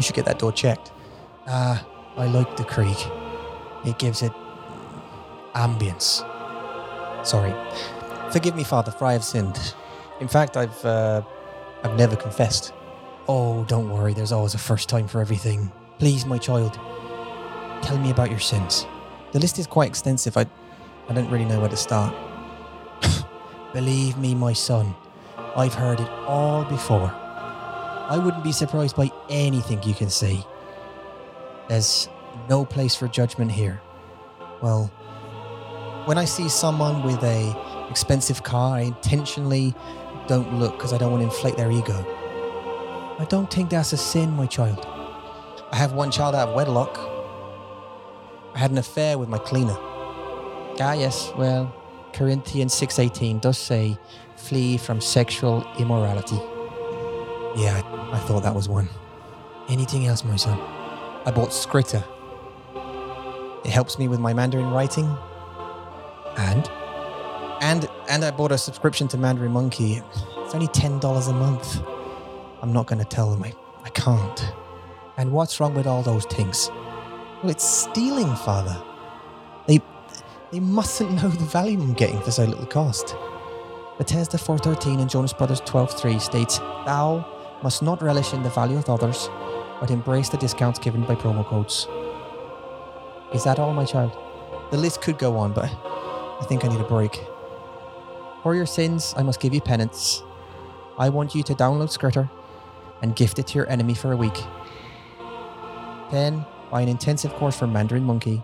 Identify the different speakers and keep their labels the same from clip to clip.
Speaker 1: should get that door checked. Ah, I like the creek. It gives it ambience. Sorry. Forgive me, Father, for I have sinned. In fact, I've uh, I've never confessed. Oh, don't worry. There's always a first time for everything. Please, my child, tell me about your sins. The list is quite extensive. I I don't really know where to start. Believe me, my son, I've heard it all before. I wouldn't be surprised by anything you can say. There's no place for judgment here. Well, when I see someone with a expensive car, I intentionally don't look because I don't want to inflate their ego. I don't think that's a sin, my child. I have one child out of wedlock. I had an affair with my cleaner. Ah, yes, well, Corinthians 6.18 does say, flee from sexual immorality. Yeah, I, I thought that was one. Anything else, my son? I bought Scritter. It helps me with my Mandarin writing. And? And and I bought a subscription to Mandarin Monkey. It's only ten dollars a month. I'm not gonna tell them I, I can't. And what's wrong with all those things? Well it's stealing, father. They they mustn't know the value I'm getting for so little cost. Bethesda 4.13 and Jonas Brothers 12.3 states, Thou must not relish in the value of others, but embrace the discounts given by promo codes. Is that all, my child? The list could go on, but I think I need a break. For your sins, I must give you penance. I want you to download Scritter and gift it to your enemy for a week. Then buy an intensive course for Mandarin Monkey.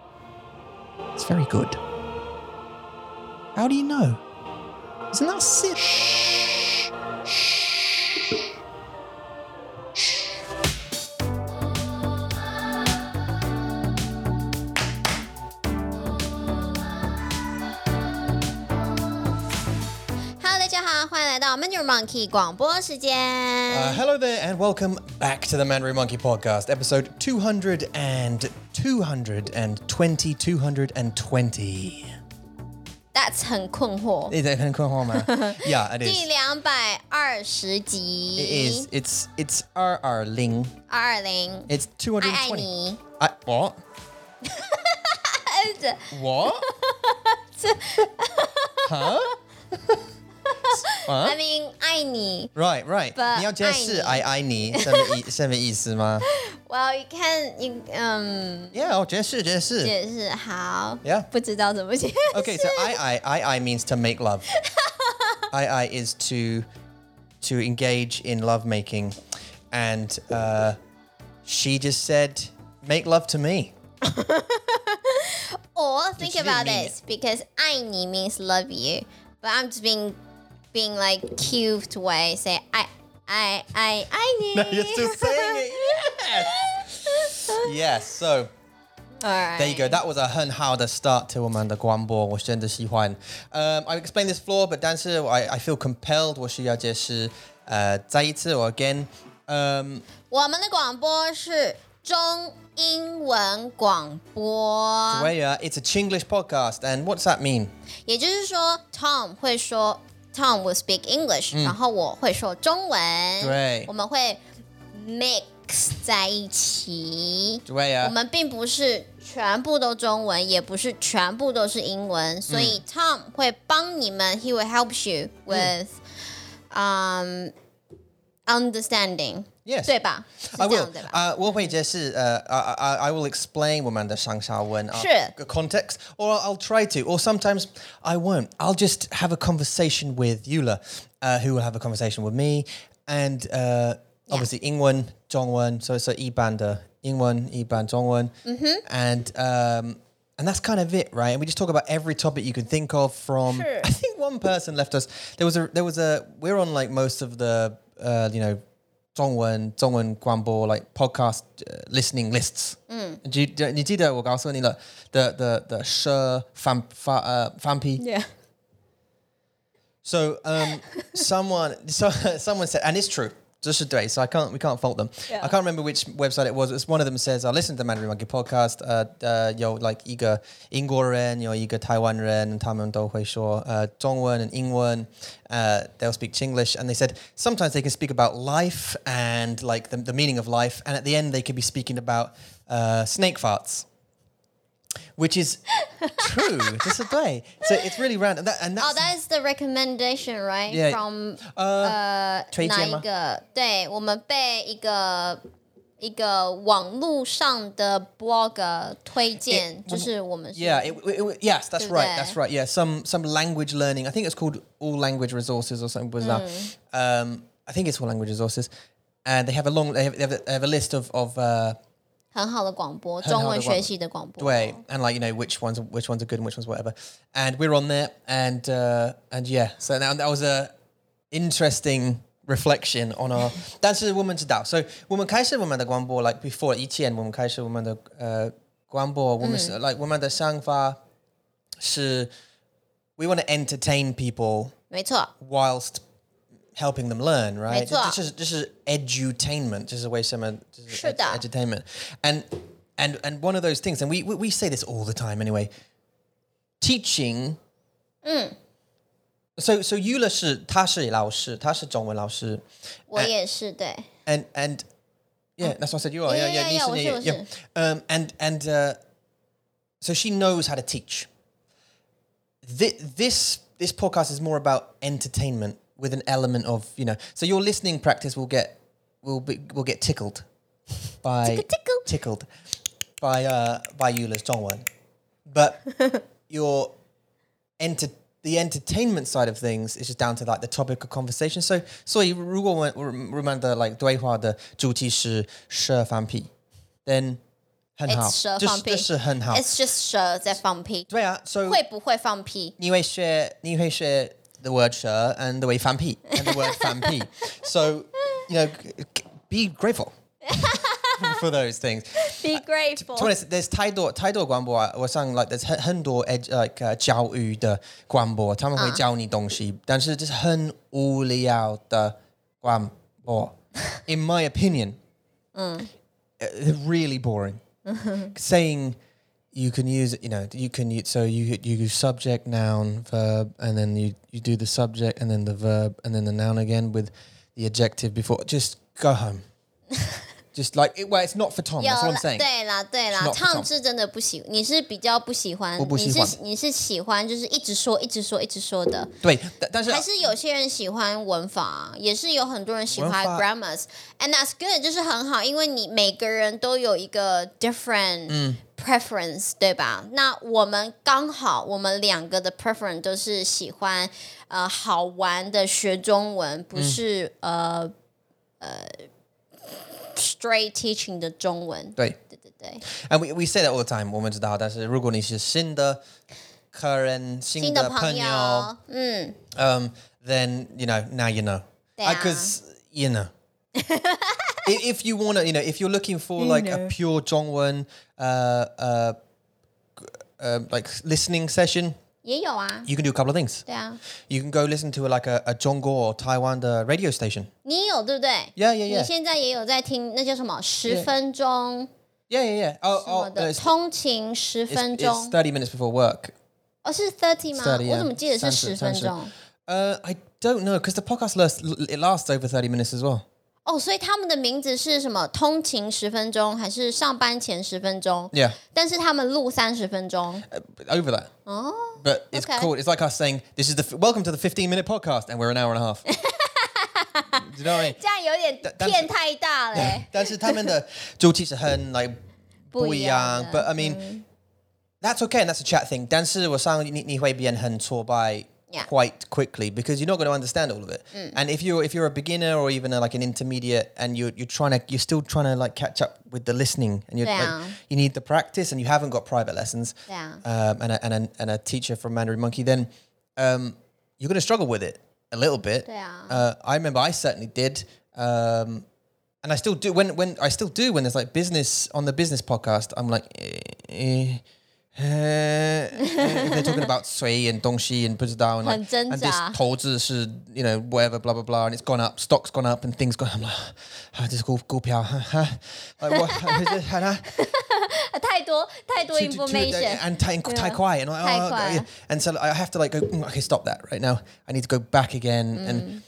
Speaker 1: It's very good. How do you know? Isn't that sick? Shh. Shh.
Speaker 2: Hello，大家好，欢迎来到 Menu Monkey 广播时间。
Speaker 1: Uh, hello there, and welcome back to the Mandarin Monkey Podcast, episode 200 and 220, 220.
Speaker 2: That's 很困惑。
Speaker 1: Is that Homa? Yeah, it
Speaker 2: 第
Speaker 1: is.
Speaker 2: 两百二十
Speaker 1: It is.
Speaker 2: 集，
Speaker 1: It's it's RR Ling.
Speaker 2: 二零，
Speaker 1: It's
Speaker 2: 爱爱
Speaker 1: 220.
Speaker 2: 你，
Speaker 1: I, what? what? huh?
Speaker 2: I mean 爱你。
Speaker 1: Right, right.
Speaker 2: But
Speaker 1: 你要解释
Speaker 2: 爱你。
Speaker 1: E, I I你什么意什么意思吗
Speaker 2: Well, you can you 嗯、
Speaker 1: ？Yeah, oh, 我解释解释。
Speaker 2: 解释好
Speaker 1: Yeah
Speaker 2: 不知道怎么解释。
Speaker 1: Okay, so I I I I means to make love. I I is to to engage in lovemaking, and uh, she just said, "Make love to me."
Speaker 2: Or think
Speaker 1: she
Speaker 2: about
Speaker 1: didn't mean
Speaker 2: this because 爱你 means love you, but I'm just being being like cute way say I I I 爱你。
Speaker 1: No, you're still saying it. Yes. So
Speaker 2: All right.
Speaker 1: there you go. That was a 很好的 start to 我们的广播，我真的喜欢。Um, I explained this floor, but 但是 I I feel compelled 我需要解释。呃，再一次我 uh, again. Um,
Speaker 2: 我们的广播是中英文广播，
Speaker 1: where, uh, it's a Chinglish podcast, and what's that mean?
Speaker 2: 也就是说，Tom 会说 Tom will speak English，、然后我会说中文，
Speaker 1: 嗯对
Speaker 2: 我们会 mix 在一起。
Speaker 1: 对啊
Speaker 2: 我们并不是全部都中文，也不是全部都是英
Speaker 1: 嗯
Speaker 2: 文，所以 Tom 会帮你们，He will help you with，嗯、understanding，
Speaker 1: Yes
Speaker 2: 对吧？是
Speaker 1: I
Speaker 2: 这
Speaker 1: will.
Speaker 2: 样对吧？
Speaker 1: Uh, 我会解释, uh, I, I, I will explain 我们的上下文 uh,
Speaker 2: 是。
Speaker 1: context, or I'll try to, or sometimes I won't. I'll just have a conversation with Eula, uh, who will have a conversation with me, and uh, obviously 英文,中文, so it's a 一般的,英文,一般,中文,
Speaker 2: Mm-hmm。
Speaker 1: and um, and that's kind of it, right? And we just talk about every topic you can think of. From
Speaker 2: Sure.
Speaker 1: I think one person left us. There was a there was a we're on like most of the uh, you know 中文,中文,广播, like podcast uh, listening lists.
Speaker 2: Mm.
Speaker 1: Do you, do, 你记得我告诉你了 the the the 奢 fan 发 uh 翻批
Speaker 2: Yeah.
Speaker 1: so um, someone so someone said, and it's true. So just today, so I can't we can't fault them.
Speaker 2: Yeah.
Speaker 1: I can't remember which website it was. It's one of them says I listened to the Mandarin Monkey podcast. Uh, uh, 有 like 一个英国人，有一个台湾人，他们都会说呃中文 uh, and 英文。Uh, they'll speak Chinglish, and they said sometimes they can speak about life and like the, the meaning of life, and at the end they could be speaking about uh, snake farts which is true this is way so it's really random that, and that's
Speaker 2: Oh, that is the recommendation, right?
Speaker 1: Yeah.
Speaker 2: From 哪一
Speaker 1: 推荐吗？
Speaker 2: 个？对，我们被一个一个网络上的 blogger 推荐，就是我们是
Speaker 1: yeah it, it, it- yes that's
Speaker 2: Do
Speaker 1: right
Speaker 2: that.
Speaker 1: that's right yeah some some language learning i think it's called all language resources or something was that um i think it's all language resources and they have a long they have, they have, a, they have a list of of uh
Speaker 2: 很好的广播，
Speaker 1: 好的
Speaker 2: 中文学习的广播。
Speaker 1: way and like you know which ones which ones are good and which ones whatever and we're on there and uh and yeah so now that was a interesting reflection on our that's a woman's doubt so woman kaisa woman the guambo like before each end woman kaisa woman the uh guambo woman like woman the shangfa we want to entertain people
Speaker 2: 没错，
Speaker 1: whilst helping them learn, right?
Speaker 2: 没错。
Speaker 1: This is this is edutainment. This is a way some of this is
Speaker 2: 是的。
Speaker 1: ed- edutainment, and and and one of those things. And we we, we say this all the time anyway. Teaching. So so Yula 是他是老师，他是中文老师，
Speaker 2: 我也是，对，
Speaker 1: and and yeah, that's what I said. You are yeah
Speaker 2: Yeah,
Speaker 1: yeah
Speaker 2: yeah, yeah,
Speaker 1: 你是你
Speaker 2: yeah, 我是，
Speaker 1: yeah. Um, and and uh, so she knows how to teach. Thi- This this podcast is more about entertainment with an element of you know. So your listening practice will get will be will get tickled by
Speaker 2: Tickle, tickle.
Speaker 1: tickled by uh by Eula's Dongwon, but your enter the entertainment side of things is just down to like the topic of conversation. So, so you remember like 对话的主题是蛇放屁 then 很好，
Speaker 2: It's 蛇放屁。
Speaker 1: 就是就是很好。
Speaker 2: it's just 蛇在放屁，
Speaker 1: 对啊，so
Speaker 2: 会不会放 屁？
Speaker 1: 你会学你会学 the word 蛇 and the way 放屁 and the word 放屁。So you know, g- g- be grateful for those things.
Speaker 2: Be
Speaker 1: To be
Speaker 2: grateful.
Speaker 1: honest, there's 太多-太多广播啊，我上 uh, like there's 很-很多 ed- like uh, 呃教育的广播，他们会教你东西，但是这是很无聊的广播。In my opinion, uh, really boring. Saying you can use it, you know, you can use so you you use subject, noun, verb, and then you you do the subject and then the verb and then the noun again with the adjective before. Just go home. Just like it, well, it's not for Tom.
Speaker 2: 有
Speaker 1: That's what
Speaker 2: 啦
Speaker 1: I'm，saying.
Speaker 2: 对啦，对
Speaker 1: It's
Speaker 2: 啦
Speaker 1: not for Tom
Speaker 2: ，Tom 是真的不喜，你是比较不喜欢，
Speaker 1: 我不喜
Speaker 2: 你
Speaker 1: 欢
Speaker 2: 是你是喜欢就是一直说一直说一直说的，
Speaker 1: 对，但但是
Speaker 2: 还是有些人喜欢文法啊，也是有很多人喜欢
Speaker 1: 文法
Speaker 2: grammars，and that's good，就是很好，因为你每个人都有一个 different preference，、对吧？那我们刚好我们两个的 preference 都是喜欢呃好玩的学中文，不是、呃呃 straight teaching 的中文，
Speaker 1: 对。
Speaker 2: 对对对，
Speaker 1: And we, we say that all the time, 我们知道，但是如果你是新的客人、
Speaker 2: 新的
Speaker 1: 新的
Speaker 2: 朋
Speaker 1: 朋友，
Speaker 2: 友，嗯，
Speaker 1: um, then, you know, now you know.
Speaker 2: 对啊。
Speaker 1: Because, you know. I- if you want to, you know, if you're looking for like a pure Zhongwen, uh, uh, g- uh, like listening session,
Speaker 2: 也有啊，
Speaker 1: you can do a couple of things.
Speaker 2: 对啊，
Speaker 1: You can go listen to like a, a Zhongguo or Taiwan uh, radio station.
Speaker 2: 你也有对不对？
Speaker 1: Yeah, yeah, yeah.
Speaker 2: 你现在也有在听，那叫什么？十分钟
Speaker 1: Yeah, yeah, yeah. Oh,
Speaker 2: 什
Speaker 1: oh,
Speaker 2: 么
Speaker 1: no,
Speaker 2: 的
Speaker 1: it's,
Speaker 2: 通勤十
Speaker 1: it's,
Speaker 2: 分
Speaker 1: it's
Speaker 2: 钟？
Speaker 1: 30 minutes before work.
Speaker 2: 哦，是 thirty 吗？
Speaker 1: 30
Speaker 2: 我怎么记得是
Speaker 1: 30
Speaker 2: 十分钟？
Speaker 1: Uh, I don't know because the podcast lasts it lasts over thirty minutes as well.
Speaker 2: 哦，所以他们的名字是什么？通勤十分钟还是上班前十分钟？
Speaker 1: Yeah,
Speaker 2: 但是他们录三十分钟
Speaker 1: over that.
Speaker 2: 哦，
Speaker 1: But it's
Speaker 2: Oh, Okay.
Speaker 1: cool. It's like us saying this is the f- welcome to the fifteen minute podcast, and we're an hour and a half. Do you know what I mean?
Speaker 2: 这样有点
Speaker 1: 但是
Speaker 2: 骗太大嘞。
Speaker 1: 但是他们的主题是很 like
Speaker 2: 不一样的，
Speaker 1: 不一样，but I mean that's okay and that's a chat thing. 但是我上你你会变很挫 by
Speaker 2: Yeah. Mm。
Speaker 1: quite quickly because you're not going to understand all of it. And if you're if you're a beginner or even a, like an intermediate and you're you're trying to you're still trying to like catch up with the listening and you're
Speaker 2: Yeah.
Speaker 1: like, you need the practice and you haven't got private lessons
Speaker 2: Yeah.
Speaker 1: um, and a, and a, and a teacher from Mandarin Monkey then um, you're going to struggle with it a little bit.
Speaker 2: Yeah.
Speaker 1: Uh, I remember I certainly did. Um, and I still do when when I still do when there's like business on the business podcast. I'm like, eh, eh, eh, if they're talking about sui and dongxi and buzidao and like, and this
Speaker 2: 很挣扎。
Speaker 1: 投资是 you know whatever blah blah blah and it's gone up, stock's gone up and things gone. I'm like, ah, this go go piao, huh, huh? like what? huh, huh?
Speaker 2: 太多太多
Speaker 1: to- to- to-
Speaker 2: information，
Speaker 1: and tai, tai
Speaker 2: Yeah.
Speaker 1: quiet and,
Speaker 2: Tai
Speaker 1: oh,
Speaker 2: Kwai.
Speaker 1: yeah. and so I have to like go "Mm, okay stop that right now I need to go back again
Speaker 2: Mm.
Speaker 1: and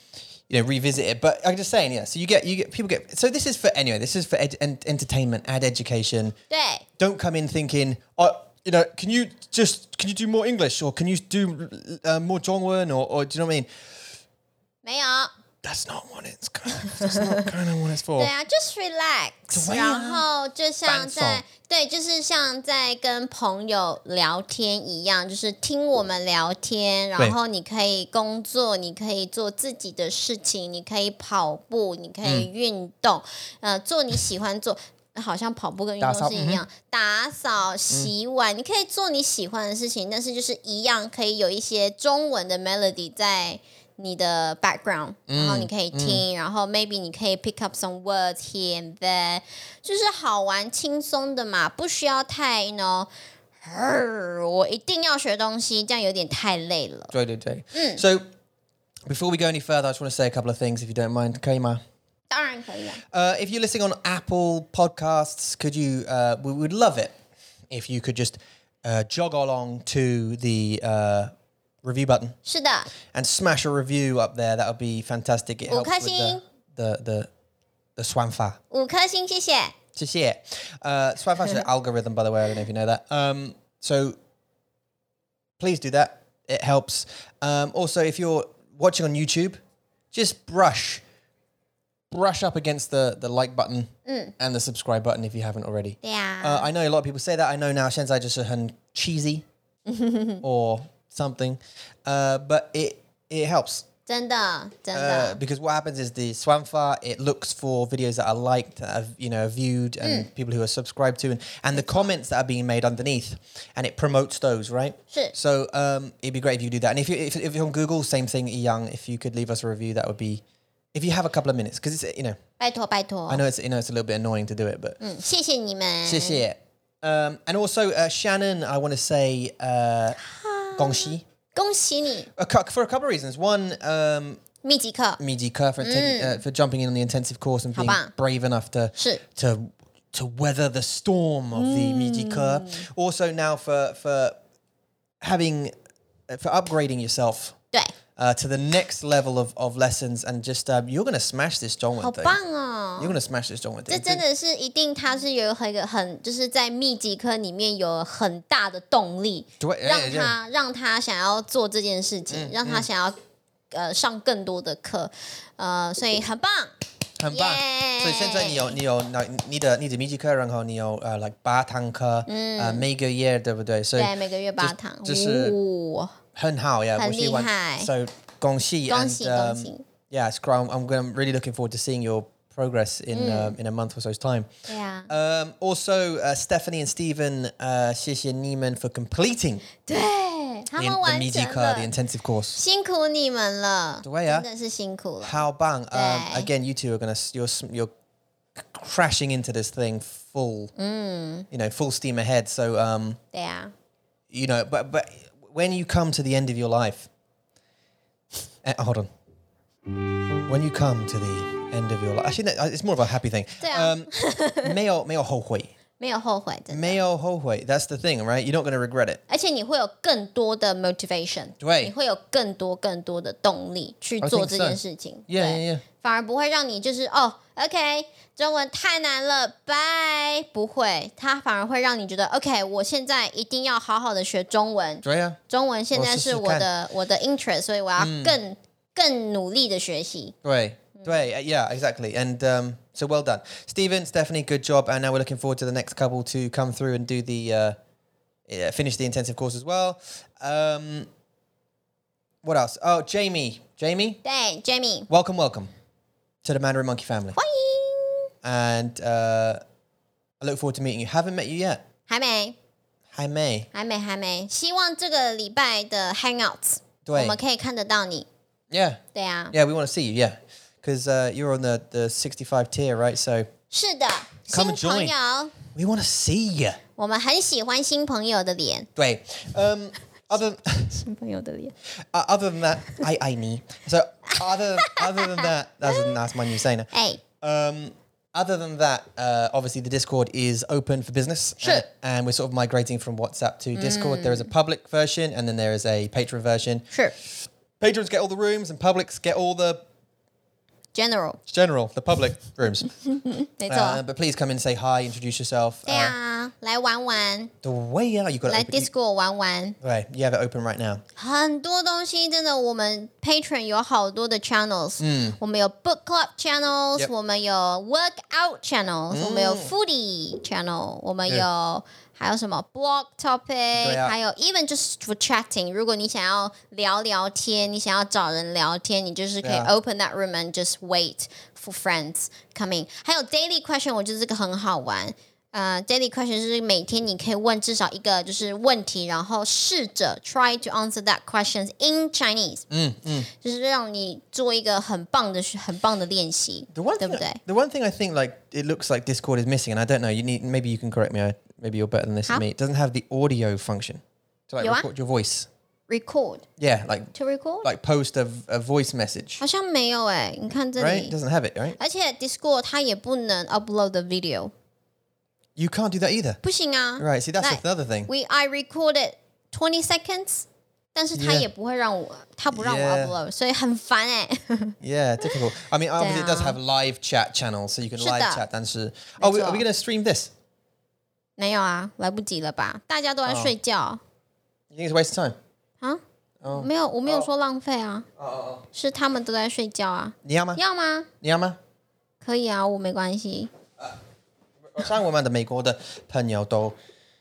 Speaker 1: you know revisit it but I'm just saying yeah so you get you get people get so this is for anyway this is for ed- en- entertainment ad education
Speaker 2: 对
Speaker 1: don't come in thinking oh you know can you just can you do more English or can you do uh, more Zhongwen or, or do you know what I mean
Speaker 2: 没有，
Speaker 1: that's not what it's kind of, that's not kind of what it's
Speaker 2: 对
Speaker 1: for
Speaker 2: 啊，just relax，
Speaker 1: 对啊
Speaker 2: 然后就像
Speaker 1: 放松
Speaker 2: 在对，就是像在跟朋友聊天一样，就是听我们聊天，
Speaker 1: 对
Speaker 2: 然后你可以工作，你可以做自己的事情，你可以跑步，你可
Speaker 1: 嗯
Speaker 2: 以运动，呃，做你喜欢做。好像跑步跟运
Speaker 1: 打扫嗯
Speaker 2: 动是一样，打扫、洗碗，你可以做你喜欢的事情，但是就是一样可以有一些中文的 melody 在你的 background，、然后
Speaker 1: 嗯
Speaker 2: 你可以听，然后 maybe 你可以 pick up some words here and there，就是好玩轻松的嘛，不需要太 you know，呃我一定要学东西，这样有点太累了。
Speaker 1: 对对对
Speaker 2: Mm.
Speaker 1: so before we go any further I just want to say a couple of things if you don't mind okay Ma
Speaker 2: 当然可以啊，
Speaker 1: Uh, if you're listening on Apple Podcasts, could you? Uh, we would love it if you could just uh, jog along to the uh, review button
Speaker 2: 是的，
Speaker 1: and smash a review up there. That would be fantastic. It helps with the
Speaker 2: Ukasing.
Speaker 1: the the, the swanfa.
Speaker 2: 五颗星，谢谢。
Speaker 1: Just yet. Uh, swanfa's an algorithm, by the way. I don't know if you know that. Um, so please do that. It helps. Um, also, if you're watching on YouTube, just brush brush up against the the like button and the subscribe button if you haven't already.
Speaker 2: 对呀、
Speaker 1: Uh, I know a lot of people say that. I know now Shenzai just said cheesy or something, uh, but it it helps.
Speaker 2: 真的，真
Speaker 1: Uh,
Speaker 2: 的，
Speaker 1: because what happens is the Swanfa it looks for videos that are liked, that are you know viewed, and people who are subscribed to, and, and the comments that are being made underneath, and it promotes those, right?
Speaker 2: Sure.
Speaker 1: So um, it'd be great if you could do that, and if you if, if you're on Google, same thing, Young. If you could leave us a review, that would be, if you have a couple of minutes, because it's you know
Speaker 2: 拜托，拜托。
Speaker 1: I know it's you know it's a little bit annoying to do it, but
Speaker 2: 嗯，谢谢你们，
Speaker 1: 谢谢。Um, and also uh, Shannon, I want to say uh, Gongxi
Speaker 2: 恭喜你，
Speaker 1: a cou- for a couple of reasons. One, um,
Speaker 2: 密集课
Speaker 1: Miji Kerr for, taking, uh, for jumping in on the intensive course and being
Speaker 2: Haba.
Speaker 1: brave enough to
Speaker 2: 是
Speaker 1: to to weather the storm of the Miji Kerr. Also now for for having uh, for upgrading yourself
Speaker 2: 对，
Speaker 1: uh, to the next level of, of lessons and just um, you're gonna smash this John
Speaker 2: 好
Speaker 1: thing.
Speaker 2: 棒哦！
Speaker 1: You're gonna smash this John
Speaker 2: 这
Speaker 1: thing.
Speaker 2: 真的是一定，它是有很个很，就是在密集课里面有很大的动力，
Speaker 1: 对嗯哎
Speaker 2: 让他让他想要做这件事情，让他想要呃上更多的课，呃，所以很棒，
Speaker 1: 很棒。
Speaker 2: 耶
Speaker 1: 所以现在你有你有那你的你的密集课，然后你有呃，like uh, 八堂课，呃，每个月对不对？所以
Speaker 2: 对，每个月八堂，
Speaker 1: 就是
Speaker 2: 哇
Speaker 1: 很好呀，
Speaker 2: 很
Speaker 1: 我喜
Speaker 2: 厉
Speaker 1: 欢
Speaker 2: 害
Speaker 1: So 恭喜
Speaker 2: 恭喜
Speaker 1: and, um,
Speaker 2: 恭喜，
Speaker 1: Yeah, it's great. I'm, I'm gonna- I'm really looking forward to seeing your progress in
Speaker 2: Mm。
Speaker 1: um, in a month or so's time.
Speaker 2: 对啊呀，
Speaker 1: Um, also, uh, Stephanie and Stephen, uh, 谢谢你们 for completing
Speaker 2: 对，他
Speaker 1: the,
Speaker 2: 们
Speaker 1: the
Speaker 2: 完
Speaker 1: Miji
Speaker 2: 成
Speaker 1: Kerr,
Speaker 2: 了
Speaker 1: the，intensive course.
Speaker 2: 辛苦你们了，
Speaker 1: 对啊呀
Speaker 2: 真的是辛苦了。
Speaker 1: How bang? Um,
Speaker 2: Yeah.
Speaker 1: again, you two are gonna s- you're s- you're crashing into this thing full,
Speaker 2: Mm。
Speaker 1: you know, full steam ahead. So um,
Speaker 2: 对啊，
Speaker 1: you know, but but when you come to the end of your life, eh, hold on. When you come to the end of your life, actually, no, uh, it's more of a happy thing.
Speaker 2: 对啊
Speaker 1: Um, 没有-没有后悔.
Speaker 2: 没有后悔，真的。
Speaker 1: 没有后悔. That's the thing, right? You're not going to regret it.
Speaker 2: 而且你会有更多的 motivation，
Speaker 1: 对
Speaker 2: 你会有更多更多的动力去
Speaker 1: I
Speaker 2: 做
Speaker 1: think
Speaker 2: 这
Speaker 1: so.
Speaker 2: 件事情
Speaker 1: Yeah,
Speaker 2: 对
Speaker 1: yeah, yeah.
Speaker 2: 反而不会让你就是哦，OK，中文太难了，拜，不会，它反而会让你觉得 OK，我现在一定要好好的学中文，
Speaker 1: 对啊。
Speaker 2: 中文现在
Speaker 1: 我试试嗯
Speaker 2: 是我的我的 interest，所以我要更、更努力的学习，
Speaker 1: 对,对, uh, yeah, exactly. And um, so well done. Stephen, Stephanie, good job. And now we're looking forward to the next couple to come through and do the, uh, yeah, finish the intensive course as well. Um, what else? Oh, Jamie. Jamie?
Speaker 2: 对，Jamie，
Speaker 1: Welcome, welcome to the Mandarin Monkey family.
Speaker 2: 欢迎，
Speaker 1: And uh, I look forward to meeting you. Haven't met you yet.
Speaker 2: 还没。
Speaker 1: Hi, May.
Speaker 2: 还没，还没。希望这个礼拜的 Hangouts，
Speaker 1: 对
Speaker 2: 我们可以看得到你。
Speaker 1: Yeah.
Speaker 2: 对啊，
Speaker 1: Yeah, we want to see you. Yeah. Because uh, you're on the, the 65 tier, right? So
Speaker 2: 是的，
Speaker 1: Come
Speaker 2: 新
Speaker 1: and
Speaker 2: 朋
Speaker 1: join.
Speaker 2: 友，
Speaker 1: We want to see you.
Speaker 2: 我们很喜欢新朋友的脸，
Speaker 1: Wait. Um. Other.
Speaker 2: 新朋友的脸。
Speaker 1: Uh, other than that, I I need. So other other than that, that's that's my new saying.
Speaker 2: 哎，
Speaker 1: Um, other than that, uh, obviously the Discord is open for business.
Speaker 2: Sure.
Speaker 1: And, and we're sort of migrating from WhatsApp to Discord. There is a public version, and then there is a patron version.
Speaker 2: 是
Speaker 1: Patrons get all the rooms, and publics get all the
Speaker 2: General，
Speaker 1: general, the public rooms.
Speaker 2: 没
Speaker 1: Uh,
Speaker 2: 错。
Speaker 1: but please come in, say hi, introduce yourself.
Speaker 2: 对
Speaker 1: Uh,
Speaker 2: 啊，来玩玩，
Speaker 1: the way out, you got
Speaker 2: 来
Speaker 1: it. Open.
Speaker 2: Discord 玩玩，
Speaker 1: Right, you have it open right now.
Speaker 2: 很多东西真的，我们 Patron 有好多的 channels，嗯，我们有 Book Club channels，、
Speaker 1: Yep 嗯
Speaker 2: 我们有 Workout channels，、我们有 Foodie channel，我们有。还有什么 blog topic，、
Speaker 1: 啊
Speaker 2: 还有 even just for chatting，如果你想要聊聊天，你想要找人聊天，你就是可以
Speaker 1: 对啊
Speaker 2: open that room and just wait for friends coming。还有 daily question，我觉得这个很好玩。呃、d a i l y question 就是每天你可以问至少一个就是问题，然后试着 try to answer that questions in Chinese。嗯嗯，就是让你做一个很棒的很棒的练习，
Speaker 1: The one,
Speaker 2: 对不
Speaker 1: thing,
Speaker 2: 对？
Speaker 1: the one thing I think like it looks like Discord is missing, and I don't know. You need maybe you can correct me. I, maybe you're better than this
Speaker 2: Huh?
Speaker 1: than me. It doesn't have the audio function to like
Speaker 2: You are?
Speaker 1: record your voice.
Speaker 2: Record
Speaker 1: Yeah, like
Speaker 2: to record，
Speaker 1: like post a, a voice message,
Speaker 2: 好像没有哎、你看这
Speaker 1: right?
Speaker 2: 里。
Speaker 1: Doesn't have it, right?
Speaker 2: 而且 Discord 它也不能 upload the video，
Speaker 1: You can't do that either,
Speaker 2: 不行啊。
Speaker 1: right? See, that's
Speaker 2: Like,
Speaker 1: another thing.
Speaker 2: We I recorded twenty seconds，但是它
Speaker 1: Yeah.
Speaker 2: 也不会让我，它不让我
Speaker 1: Yeah.
Speaker 2: upload，所以很烦哎、
Speaker 1: yeah, difficult. I mean, obviously, it does
Speaker 2: Yeah.
Speaker 1: have live chat channels, so you can live
Speaker 2: that.
Speaker 1: chat. And so, oh, we- are
Speaker 2: all.
Speaker 1: we going to stream this?
Speaker 2: 没有啊，来不及了吧？大家都
Speaker 1: 哦
Speaker 2: 在睡觉
Speaker 1: You think it's a waste of time?
Speaker 2: 啊？
Speaker 1: 哦
Speaker 2: 没有，我没有说浪费啊。是他们都在睡觉啊？
Speaker 1: 你要吗？
Speaker 2: 要吗？
Speaker 1: 你要吗？
Speaker 2: 可以啊，我没关系。
Speaker 1: 我上我们的美国的朋友都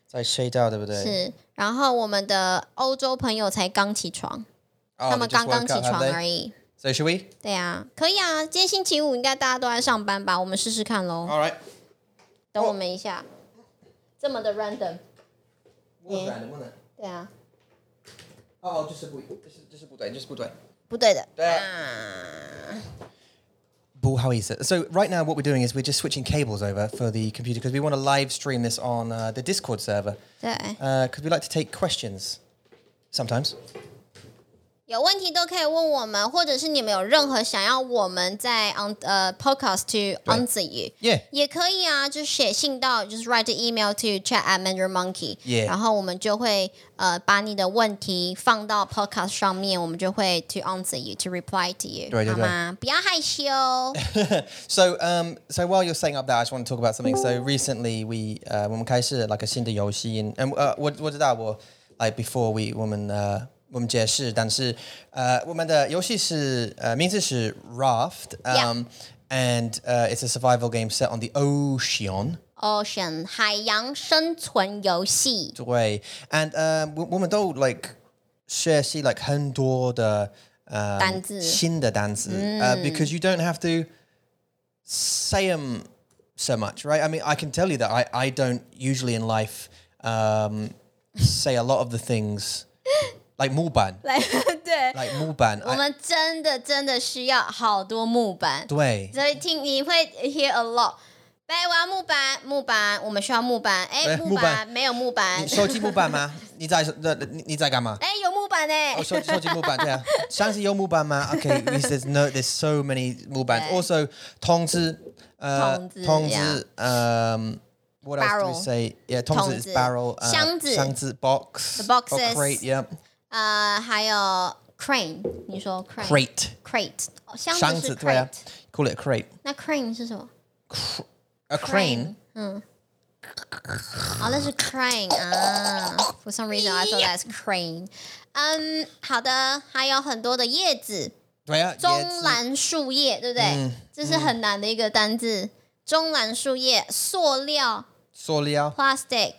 Speaker 1: 在睡觉，对不对？
Speaker 2: 是，然后我们的欧洲朋友才刚起床，
Speaker 1: Oh,
Speaker 2: 他
Speaker 1: they
Speaker 2: 们
Speaker 1: just
Speaker 2: 刚刚
Speaker 1: woke
Speaker 2: 起
Speaker 1: up, have
Speaker 2: 床
Speaker 1: they?
Speaker 2: 而已。
Speaker 1: So should we?
Speaker 2: 对啊，可以啊，今天星期五，应该大家都在上班吧？我们试试看喽。
Speaker 1: All right.
Speaker 2: 等
Speaker 1: 哦
Speaker 2: 我们一下，这么的 random，
Speaker 1: Was
Speaker 2: Yeah.
Speaker 1: random, wasn't it?
Speaker 2: 对啊，
Speaker 1: Oh, 就是不-就是-就是不对，就是不对。
Speaker 2: 不对的。
Speaker 1: 对啊。
Speaker 2: 啊。
Speaker 1: Boo, how is it? So right now, what we're doing is we're just switching cables over for the computer because we want to live stream this on uh, the Discord server
Speaker 2: 对，
Speaker 1: because we like to take questions sometimes.
Speaker 2: 有问题都可以问我们，或者是你们有任何想要我们在 on 呃 podcast to
Speaker 1: 对
Speaker 2: answer you。
Speaker 1: Yeah.
Speaker 2: 也可以啊，就是写信到，就是 write the email to chat at Mandarin Monkey，、
Speaker 1: Yeah
Speaker 2: 然后我们就会呃把你的问题放到 podcast 上面，我们就会 to answer you to reply to you，
Speaker 1: 对对对
Speaker 2: 好吗？不要 害羞。
Speaker 1: So, um, so while you're setting up that, I just want to talk about something. So recently, we uh, 我们开始 like a 新的游戏 and and uh, 我我知道我 like before we 我们 uh 我们解释，但是呃，我们的游戏是呃名字是 Raft，
Speaker 2: Yeah.
Speaker 1: um, and uh, it's a survival game set on the ocean.
Speaker 2: Ocean 哦海洋生存游戏，
Speaker 1: 对，and um, 呃，我我们都 like share see like 很多的呃
Speaker 2: 单字。Mm.
Speaker 1: 新的单词，呃、mm.，because you don't have to say them so much, right? I mean, I can tell you that I I don't usually in life um say a lot of the things like 木板
Speaker 2: 来 对，
Speaker 1: like 木板
Speaker 2: 我
Speaker 1: I-
Speaker 2: 们真的真的需要好多木板，
Speaker 1: 对
Speaker 2: 所以听你会 hear a lot。哎，我要木板，木板，我们需要木板。哎，
Speaker 1: 哎
Speaker 2: 木
Speaker 1: 木板
Speaker 2: 板没有木板。
Speaker 1: 手机木板吗？你在你你在干嘛？
Speaker 2: 哎，有木板呢。
Speaker 1: so, so do Muban, yeah. Shanxi Yo Muban Ma. Okay, there's, there's no there's so many Mubans.
Speaker 2: Yeah.
Speaker 1: Also Tongzi uh
Speaker 2: 同志,
Speaker 1: Tongzi um what else do
Speaker 2: Barrel.
Speaker 1: we say? Yeah, Tongzi is
Speaker 2: 同志.
Speaker 1: barrel. Uh,
Speaker 2: 箱子.
Speaker 1: Shangzi box.
Speaker 2: The
Speaker 1: Or
Speaker 2: boxes.
Speaker 1: crate, yeah.
Speaker 2: 呃，还有 crane，你说 crane
Speaker 1: Crate.
Speaker 2: crate 哦箱子是
Speaker 1: Shangzi, yeah.
Speaker 2: crate，
Speaker 1: Call it a crate.
Speaker 2: 那 crane 是什么？嗯
Speaker 1: A crane.
Speaker 2: 哦，那是 crane 啊。For some reason, I thought that's crane。嗯，好的，还有很多的叶子，
Speaker 1: Yeah, uh,
Speaker 2: 中兰树叶，对不对？
Speaker 1: 嗯
Speaker 2: 这是很难的一个单字。中兰树叶，塑料
Speaker 1: Soliao.
Speaker 2: （plastic），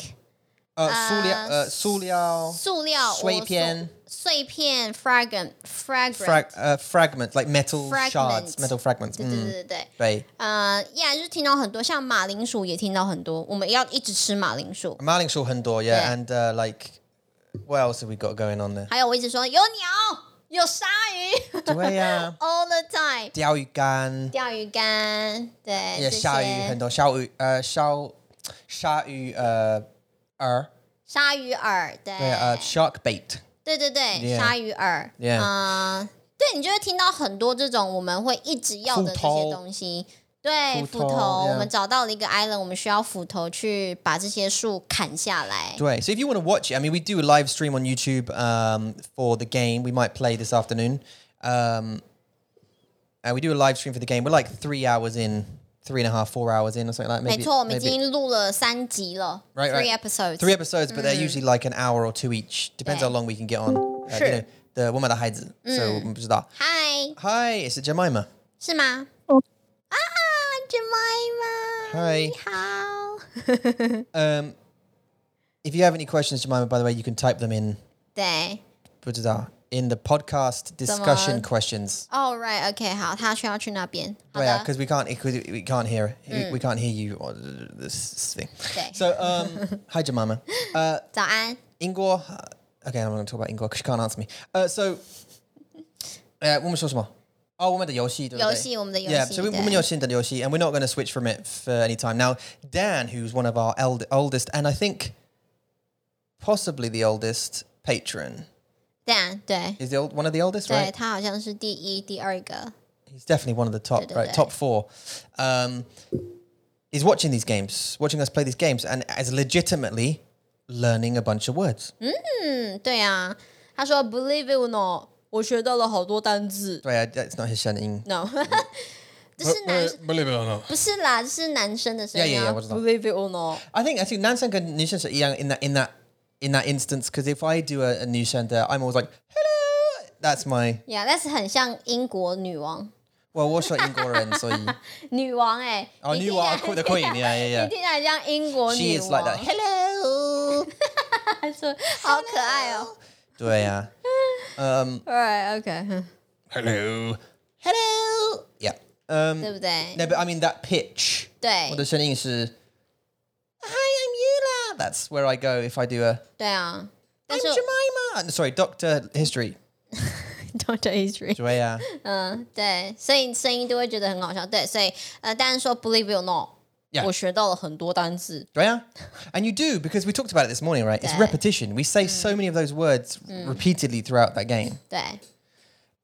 Speaker 1: Uh Soliao uh Soliao
Speaker 2: 塑料
Speaker 1: 碎片，
Speaker 2: 我塑碎片 （fragment），fragment，
Speaker 1: frag uh fragments, like metal
Speaker 2: Fragments.
Speaker 1: shards, metal fragments. Mm,
Speaker 2: 对对对对对。
Speaker 1: Right.
Speaker 2: 呃，呀，就是听到很多，像马铃薯也听到很多，我们要一直吃马铃
Speaker 1: 嗯
Speaker 2: 薯。
Speaker 1: Marling yeah,
Speaker 2: Yeah.
Speaker 1: and uh, like what else have we got going on there?
Speaker 2: 还有，我一直说有鸟，有鲨鱼
Speaker 1: 对 啊呀、
Speaker 2: all the time，
Speaker 1: 钓鱼竿
Speaker 2: 钓鱼竿，对，
Speaker 1: 也
Speaker 2: 这
Speaker 1: 鲨鱼
Speaker 2: 些
Speaker 1: 很多，鲨鱼呃鲨鲨鱼呃饵，
Speaker 2: 鲨鱼饵，对，
Speaker 1: 对呃 shark bait，
Speaker 2: 对对对，
Speaker 1: Yeah.
Speaker 2: 鲨鱼饵，
Speaker 1: Yeah.
Speaker 2: 嗯，对你就会听到很多这种我们会一直要的这
Speaker 1: 斧头
Speaker 2: 些东西。对，
Speaker 1: 斧
Speaker 2: 斧
Speaker 1: 头
Speaker 2: 头，
Speaker 1: yeah.
Speaker 2: 我们找到了一个 island，我们需要斧头去把这些树砍下来。
Speaker 1: Right. So if you want to watch it, I mean, we do a live stream on YouTube um, for the game. We might play this afternoon. Um, and we do a live stream for the game. We're like three hours in, three and a half, four hours in, or something like that.
Speaker 2: 没
Speaker 1: Maybe,
Speaker 2: 错，我们已
Speaker 1: maybe
Speaker 2: 经录了三集了
Speaker 1: Right,
Speaker 2: three
Speaker 1: right.
Speaker 2: episodes，
Speaker 1: three episodes, but they're usually like an hour or two each. Depends
Speaker 2: Yeah.
Speaker 1: how long we can get on. Uh, you
Speaker 2: Sure.
Speaker 1: know, the woman that hides it. So, 我们不知道.
Speaker 2: 嗨，
Speaker 1: Hi, it's Jemima.
Speaker 2: 是吗？啊，Jemima，
Speaker 1: Hi.
Speaker 2: 你好。
Speaker 1: Um, if you have any questions, Jemima, by the way, you can type them in.
Speaker 2: 对
Speaker 1: 不知道, In the podcast discussion questions.
Speaker 2: ，All right, OK，好，哦他需要去那边。好
Speaker 1: 对啊
Speaker 2: 的，
Speaker 1: ，because we can't because we can't hear we- we can't hear you or this thing.
Speaker 2: 对
Speaker 1: So um, hi Jemima. Uh,
Speaker 2: 早安。
Speaker 1: Ingor. uh, Okay, I'm not going to talk about Ingor because she can't answer me. Uh, so, uh, Oh, 我们说什么？哦，我们的游戏，对不对？
Speaker 2: 游戏，我们的游戏，
Speaker 1: Yeah, so we-
Speaker 2: 对。
Speaker 1: 我们有新的游戏, and we're not going to switch from it for any time. Now, Dan, who's one of our eld- oldest, and I think possibly the oldest patron,
Speaker 2: 但对
Speaker 1: is the old one of the oldest,
Speaker 2: 对，
Speaker 1: right?
Speaker 2: 他好像是第一、第二个。
Speaker 1: He's definitely one of the top,
Speaker 2: Da, da,
Speaker 1: right?
Speaker 2: da.
Speaker 1: Top four. Um, is watching these games, watching us play these games, and as legitimately learning a bunch of words.
Speaker 2: 嗯，对啊，他说 Believe it or not，我学到了好多单字。
Speaker 1: Sorry, I- that's not his Shannon.
Speaker 2: No，这
Speaker 1: 嗯
Speaker 2: 是男，
Speaker 1: Believe it or not.
Speaker 2: 不是啦，这是男生的声
Speaker 1: Yeah,
Speaker 2: 音
Speaker 1: yeah,
Speaker 2: 啊。
Speaker 1: 呃 yeah，我知道
Speaker 2: Believe it or not，
Speaker 1: I think I think Nansen and Nishans are young in that in that in that instance because if I do a, a new sender, I'm always like hello. That's my
Speaker 2: yeah，但是很像英国女王，
Speaker 1: well, what's like Ingoran? So you,
Speaker 2: 女王哎、
Speaker 1: oh,
Speaker 2: 你
Speaker 1: new
Speaker 2: 听起来
Speaker 1: art, the queen. Yeah, yeah,
Speaker 2: 你
Speaker 1: yeah.
Speaker 2: 听起来像英国
Speaker 1: She
Speaker 2: 女
Speaker 1: is like
Speaker 2: 王，
Speaker 1: that. Hello.
Speaker 2: 她说 好可爱哦。
Speaker 1: yeah. Um.
Speaker 2: Alright, OK，
Speaker 1: Hello. Hello. Yeah. Um.
Speaker 2: 对不对？
Speaker 1: No, but I mean that pitch.
Speaker 2: 对
Speaker 1: 我的声音是 uh, Hi, I'm Yula. That's where I go if I do a
Speaker 2: 对啊，但
Speaker 1: I'm
Speaker 2: 是
Speaker 1: Jemima. Sorry, Doctor History. uh,
Speaker 2: Doctor History，
Speaker 1: Joya.
Speaker 2: 嗯， 对，所以声音都会觉得很好笑。对，所以呃，但是说 Believe it or not，、
Speaker 1: Yeah.
Speaker 2: 我学到了很多单字。
Speaker 1: Joya. And you do, because we talked about it this morning, right? It's
Speaker 2: Yeah.
Speaker 1: repetition. We say so many of those words repeatedly throughout that game.
Speaker 2: 对，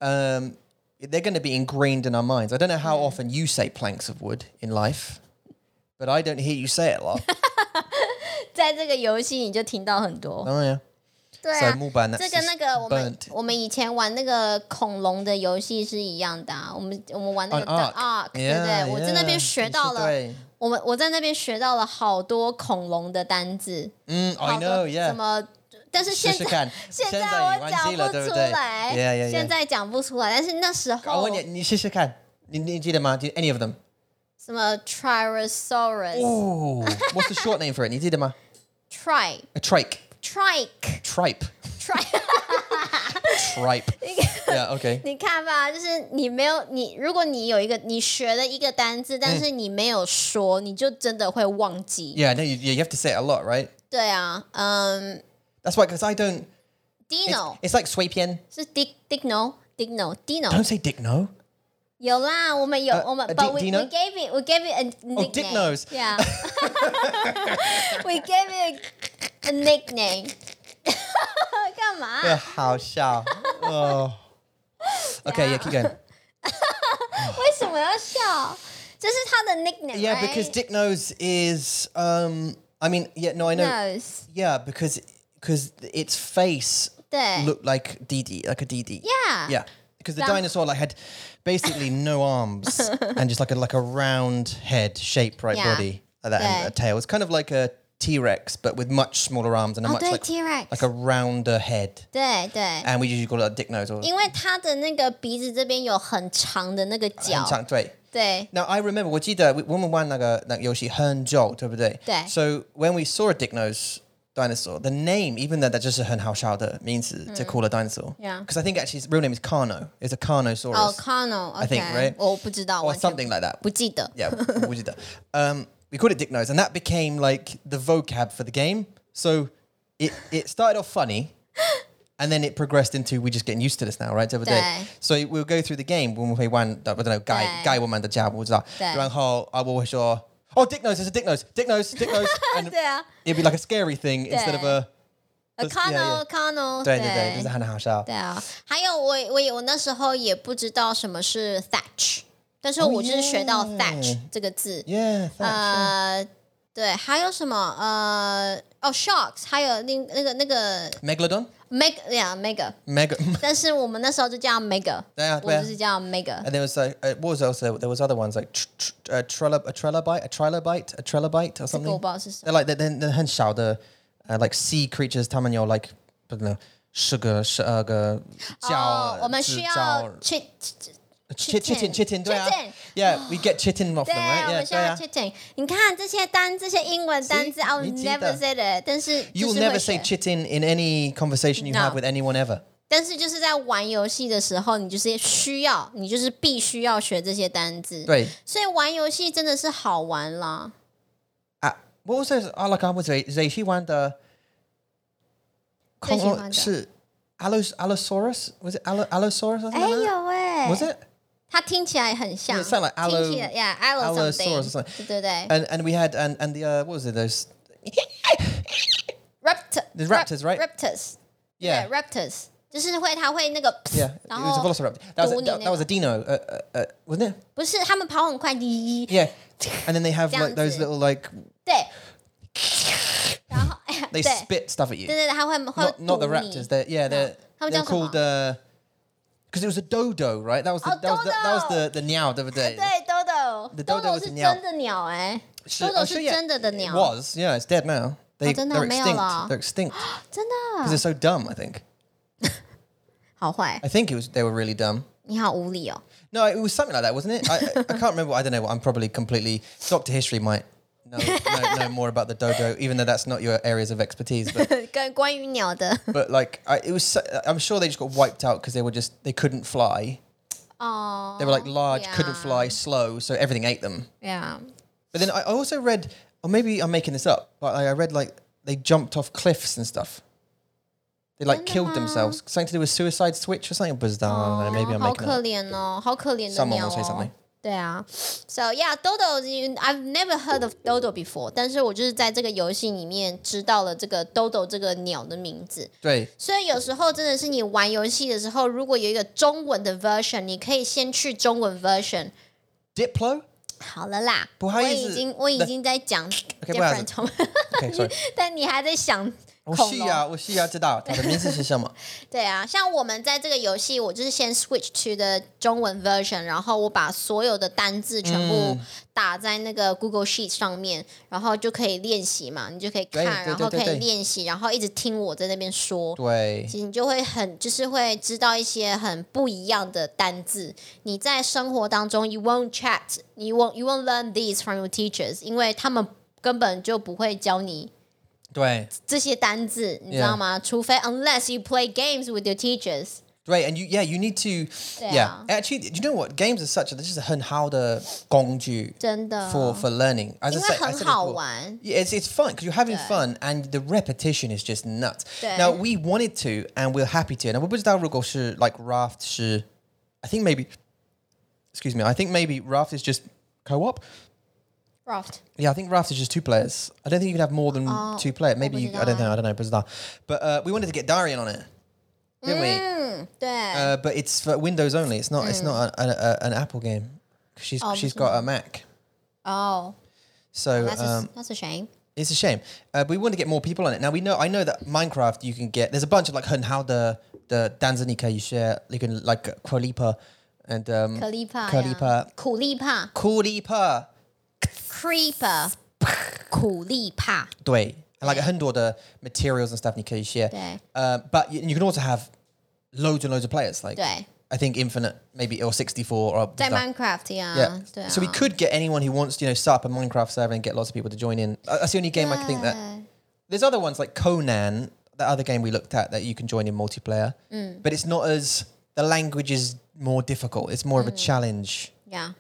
Speaker 1: Um, they're going to be ingrained in our minds. I don't know how often you say planks of wood in life, but I don't hear you say it a lot.
Speaker 2: 在这个游戏你就听到很多。
Speaker 1: oh, yeah.
Speaker 2: 对
Speaker 1: So
Speaker 2: 啊，
Speaker 1: 木板呢
Speaker 2: 这跟那个我们
Speaker 1: burnt
Speaker 2: 我们以前玩那个恐龙的游戏是一样的、啊。我们我们玩那
Speaker 1: An
Speaker 2: 个 The
Speaker 1: arc.
Speaker 2: Ark，对不对？我在那边学到了，我们我在那边学到了好多恐龙的单字，
Speaker 1: Mm,
Speaker 2: 好
Speaker 1: I
Speaker 2: 多
Speaker 1: know, yeah.
Speaker 2: 什么？但是现在
Speaker 1: 试试看，
Speaker 2: 现在我讲
Speaker 1: 现在你玩
Speaker 2: 不出来，
Speaker 1: 机了，对不对？Yeah, yeah, yeah.
Speaker 2: 现在讲不出来。但是那时候
Speaker 1: 我问你，你试试看，你你记得吗？Do any of them？
Speaker 2: 什么 Tyrannosaurus、
Speaker 1: 哦，What's the short name for it？你记得吗
Speaker 2: Tri
Speaker 1: ？A trike,
Speaker 2: Trike
Speaker 1: tripe,
Speaker 2: Tri，
Speaker 1: tripe. yeah, okay.
Speaker 2: 你看吧，就是你没有你，如果你有一个你学了一个单字，但是你没有说，你就真的会忘记。
Speaker 1: Yeah, no, you, you have to say it a lot, right?
Speaker 2: 对啊，嗯
Speaker 1: That's why, because I don't. It's,
Speaker 2: ，Dino
Speaker 1: it's like sui pian.
Speaker 2: 是 Dig Digno Digno Dino
Speaker 1: Don't say dick no.
Speaker 2: 有啦，我们有我们
Speaker 1: 呃
Speaker 2: ，but we
Speaker 1: Dino？Oh,
Speaker 2: we gave it we gave it a nickname.
Speaker 1: Dignos
Speaker 2: Yeah. We gave it a nickname. 干嘛？
Speaker 1: 好笑。哦。Okay, yeah, keep going.
Speaker 2: 为什么要笑？这是他的 nickname.
Speaker 1: Yeah, because dick nose is. Um, I mean, yeah, no, I know.
Speaker 2: nose.
Speaker 1: Yeah, because because its face
Speaker 2: 对
Speaker 1: looked like Dee Dee, like a Dee Dee.
Speaker 2: Yeah.
Speaker 1: Yeah. Because the
Speaker 2: That-
Speaker 1: dinosaur like had basically no arms and just like a like a round head shape, right
Speaker 2: Yeah.
Speaker 1: body, like that and
Speaker 2: Yeah.
Speaker 1: a tail. It's kind of like a T Rex, but with much smaller arms and a
Speaker 2: 哦，
Speaker 1: much
Speaker 2: 对
Speaker 1: like
Speaker 2: ，T-Rex，
Speaker 1: like a rounder head.
Speaker 2: 对对，
Speaker 1: And we usually call it a dick nose or
Speaker 2: 因为他的那个鼻子这边有很长的那个角，
Speaker 1: 对。
Speaker 2: 对
Speaker 1: Now I remember 我记得我们玩那个那个游戏很久，对不对？
Speaker 2: 对。
Speaker 1: So when we saw a dick nose dinosaur, the name even though that just means to call a dinosaur.
Speaker 2: Yeah. Oh,
Speaker 1: Because I think actually his real name is Carno. It's a Carnosaurus.
Speaker 2: 哦 c o n o
Speaker 1: think, right?
Speaker 2: k 我不知道，
Speaker 1: or
Speaker 2: 完全
Speaker 1: something like that.
Speaker 2: 不记得，
Speaker 1: Yeah, we did that. Um, we called it Dick Nose, and that became like the vocab for the game. So it, it started off funny, And then it progressed into we're just getting used to this now, right? 对不对？
Speaker 2: 对。
Speaker 1: 所以 we'll go through the game when we play one, I don't know, guy
Speaker 2: 对。
Speaker 1: guy 我们的家，我不知道。
Speaker 2: 对。
Speaker 1: 然后啊，我会说 oh dick nose, it's a dick nose, dick nose, dick nose, and
Speaker 2: 对啊
Speaker 1: it'd be like a scary thing instead of a
Speaker 2: a c o n o c o n o
Speaker 1: 对对对，就是很好笑。
Speaker 2: 对啊，还有我我也我那时候也不知道什么是 thatch，但是我就是学到
Speaker 1: 哦 yeah
Speaker 2: thatch 这个字。
Speaker 1: Yeah, thanks.
Speaker 2: Uh, 呃，对，还有什么？呃，哦，sharks，还有另那个那个
Speaker 1: Megalodon,
Speaker 2: meg 呀 mega，
Speaker 1: mega,
Speaker 2: 但是我们那时候就叫 mega，
Speaker 1: 对啊
Speaker 2: 我
Speaker 1: 对啊
Speaker 2: 们就是叫 mega。
Speaker 1: and there was like uh, what was also there was other ones like tr- tr- uh, trilobite, a trilobite, a trilobite, a trilobite or
Speaker 2: 这个
Speaker 1: something.
Speaker 2: 我不知道是什么。
Speaker 1: They're like they're, they're, they're 很小的, uh, like sea creatures. 他们有 like I don't know 十个十二个
Speaker 2: 哦
Speaker 1: 脚，
Speaker 2: 我们需要去，
Speaker 1: chitin chitin chitin 对啊
Speaker 2: chitin。
Speaker 1: Yeah, we get chitin off
Speaker 2: 对
Speaker 1: them,
Speaker 2: 啊，我
Speaker 1: right?
Speaker 2: 们需
Speaker 1: Yeah, 对
Speaker 2: 要
Speaker 1: 啊
Speaker 2: chitin。你看这些单，这些英文单词
Speaker 1: See？
Speaker 2: ，I'll
Speaker 1: 你记得
Speaker 2: never say that，但是
Speaker 1: You
Speaker 2: 就
Speaker 1: will
Speaker 2: 是
Speaker 1: never
Speaker 2: 会
Speaker 1: say
Speaker 2: 学。
Speaker 1: chitin in any conversation you
Speaker 2: No.
Speaker 1: have with anyone ever.
Speaker 2: 但是就是在玩游戏的时候，你就是需要，你就是必须要学这些单字。，
Speaker 1: 对。
Speaker 2: 所以玩游戏真的是好玩啦。
Speaker 1: 啊，我是阿拉干部最最喜欢的
Speaker 2: 最
Speaker 1: 恐
Speaker 2: 喜欢
Speaker 1: 龙
Speaker 2: 的
Speaker 1: 是 Allos Allosaurus，was it Allo Allosaurus？
Speaker 2: 哎有哎，
Speaker 1: ，was it？
Speaker 2: 它听起来很像
Speaker 1: It sound like aloe-
Speaker 2: 听起来，yeah aloe
Speaker 1: Allosaurus or
Speaker 2: something，
Speaker 1: something. 呃
Speaker 2: 对对对
Speaker 1: And and we had and and the uh, what was it? Those
Speaker 2: ，raptor
Speaker 1: The raptors, right?
Speaker 2: raptors
Speaker 1: yeah
Speaker 2: raptors 就是会它会那个
Speaker 1: yeah. It
Speaker 2: 然
Speaker 1: was a
Speaker 2: 后
Speaker 1: velociraptor. That was a,
Speaker 2: 毒你
Speaker 1: that,
Speaker 2: 那
Speaker 1: that was
Speaker 2: 个
Speaker 1: a dino, uh, uh, uh, wasn't it?
Speaker 2: 不是他们跑很快，滴
Speaker 1: Yeah. And then they have
Speaker 2: 这样
Speaker 1: like those
Speaker 2: 子
Speaker 1: little like
Speaker 2: 对，然后哎呀
Speaker 1: they
Speaker 2: 对
Speaker 1: spit stuff at
Speaker 2: 对
Speaker 1: you.
Speaker 2: 对对，它会会
Speaker 1: Not not the
Speaker 2: 毒你
Speaker 1: raptors. They're yeah they're
Speaker 2: How
Speaker 1: they're
Speaker 2: does it
Speaker 1: called because it was a dodo, right? That was the
Speaker 2: Oh,
Speaker 1: that was the, that was
Speaker 2: dodo.
Speaker 1: the the meow the other day.
Speaker 2: 对，dodo，
Speaker 1: The dodo
Speaker 2: 是
Speaker 1: is a 鸟
Speaker 2: 真的鸟哎、
Speaker 1: So-
Speaker 2: d o d
Speaker 1: oh,
Speaker 2: o
Speaker 1: so
Speaker 2: 是
Speaker 1: yeah,
Speaker 2: 真的的
Speaker 1: It
Speaker 2: 鸟，
Speaker 1: was yeah, it's dead now. They,
Speaker 2: Oh, 真的
Speaker 1: they're
Speaker 2: 没有
Speaker 1: extinct.
Speaker 2: 了。
Speaker 1: They're extinct.
Speaker 2: 真
Speaker 1: because
Speaker 2: 的啊
Speaker 1: they're so dumb. I think.
Speaker 2: 好坏
Speaker 1: I，think it was they were really dumb.
Speaker 2: 你好无理哦。
Speaker 1: No, it was something like that, wasn't it? I, I, I can't remember. I don't know. I'm probably completely Doctor History might know, know, know more about the dodo, even though that's not your areas of expertise. But
Speaker 2: 跟关于鸟的
Speaker 1: but like I, it was, so, I'm sure they just got wiped out because they were just they couldn't fly.
Speaker 2: 哦，
Speaker 1: They were like large, couldn't
Speaker 2: yeah.
Speaker 1: fly, slow, so everything ate them.
Speaker 2: Yeah，
Speaker 1: But then I, I also read, or maybe I'm making this up, but I, I read like they jumped off cliffs and stuff. They like killed
Speaker 2: Wonderland.
Speaker 1: themselves. Something to do with suicide switch or something bizarre. I don't know, maybe I'm
Speaker 2: 好
Speaker 1: making it
Speaker 2: 可
Speaker 1: up.
Speaker 2: 怜哦，好可怜的
Speaker 1: Someone
Speaker 2: 鸟
Speaker 1: will say something.
Speaker 2: 哦。对啊，So yeah, dodo. you- I've never heard of dodo before，但是我就是在这个游戏里面知道了这个 dodo 这个鸟的名字。
Speaker 1: 对。
Speaker 2: 所以有时候真的是你玩游戏的时候，如果有一个中文的 version，你可以先去中文 version。
Speaker 1: Diplo?
Speaker 2: 好了啦，
Speaker 1: 不
Speaker 2: 我
Speaker 1: 好意思
Speaker 2: 已经我已经在讲
Speaker 1: 不好意思哦
Speaker 2: different，从
Speaker 1: Okay, sorry. uh,
Speaker 2: 但你还在想恐龙。
Speaker 1: 我需要，我需要知道它的名字是什么。
Speaker 2: 对啊，像我们在这个游戏，我就是先 switch to 的中文 version，然后我把所有的单字全部
Speaker 1: 嗯
Speaker 2: 打在那个 Google Sheet 上面，然后就可以练习嘛，你就可以
Speaker 1: 对对
Speaker 2: 看，然后
Speaker 1: 对
Speaker 2: 可
Speaker 1: 对对
Speaker 2: 以练习，然后一直听我在那边说。
Speaker 1: 对。
Speaker 2: 其实你就会很，就是会知道一些很不一样的单字。你在生活当中，you won't chat，你 won't you won't learn these from your teachers，因为他们根本就不会教你
Speaker 1: 对。
Speaker 2: 这些单字，你知
Speaker 1: Yeah.
Speaker 2: 道吗除非 unless you play games with your teachers。
Speaker 1: Right, and you yeah, you need to yeah.
Speaker 2: Yeah.
Speaker 1: Actually, do you know what? Games are such a this is a gongju
Speaker 2: 真的
Speaker 1: for for learning. As
Speaker 2: 因
Speaker 1: I
Speaker 2: 为
Speaker 1: said, I
Speaker 2: 很
Speaker 1: said it
Speaker 2: 好
Speaker 1: before.
Speaker 2: 玩，
Speaker 1: Yeah, it's, it's fun because you're having
Speaker 2: 对。
Speaker 1: fun and the repetition is just nuts.
Speaker 2: 对。
Speaker 1: Now we wanted to and we're happy to. And 我不知道如果是 like raft 是, I think maybe, excuse me, I think maybe raft is just co-op.
Speaker 2: Raft
Speaker 1: Yeah, I think Raft is just two players. I don't think you can have more than
Speaker 2: Oh,
Speaker 1: two players. Maybe
Speaker 2: what
Speaker 1: you,
Speaker 2: was it
Speaker 1: I don't know.
Speaker 2: on?
Speaker 1: I don't know. Bizarre. But uh, we wanted to get Darien on it, didn't we?
Speaker 2: 嗯，对，
Speaker 1: Uh, but it's for Windows only. It's not. It's not an, a, a, an Apple game. 'Cause She's
Speaker 2: Mm. Oh,
Speaker 1: she's
Speaker 2: this
Speaker 1: got a Mac,
Speaker 2: 哦，
Speaker 1: so
Speaker 2: 那是
Speaker 1: um,
Speaker 2: 那是谁？
Speaker 1: it's a shame. Uh, but we want to get more people on it. Now we know. I know that Minecraft you can get. There's a bunch of like how the the Danzanika you share. You can like Kulipa and um,
Speaker 2: 可丽帕呀，
Speaker 1: Kulipa
Speaker 2: 苦力怕
Speaker 1: Kulipa
Speaker 2: ，Creeper，苦力怕，
Speaker 1: 对，and like a hundred order materials and stuff 你可以 share.
Speaker 2: 对
Speaker 1: Uh, but you, you can also have loads and loads of players. Like
Speaker 2: 对，
Speaker 1: I think infinite, maybe or sixty four or
Speaker 2: 在
Speaker 1: stuff.
Speaker 2: Minecraft 呀
Speaker 1: yeah.，
Speaker 2: 对啊，
Speaker 1: So we could get anyone who wants, to, you know, set up a Minecraft server and get lots of people to join in. Uh, That's the only game I can think that.
Speaker 2: 对
Speaker 1: There's other ones like Conan, that other game we looked at that you can join in multiplayer.
Speaker 2: Mm.
Speaker 1: But it's not as the language is more difficult. It's more of a
Speaker 2: Mm.
Speaker 1: challenge.
Speaker 2: Yeah，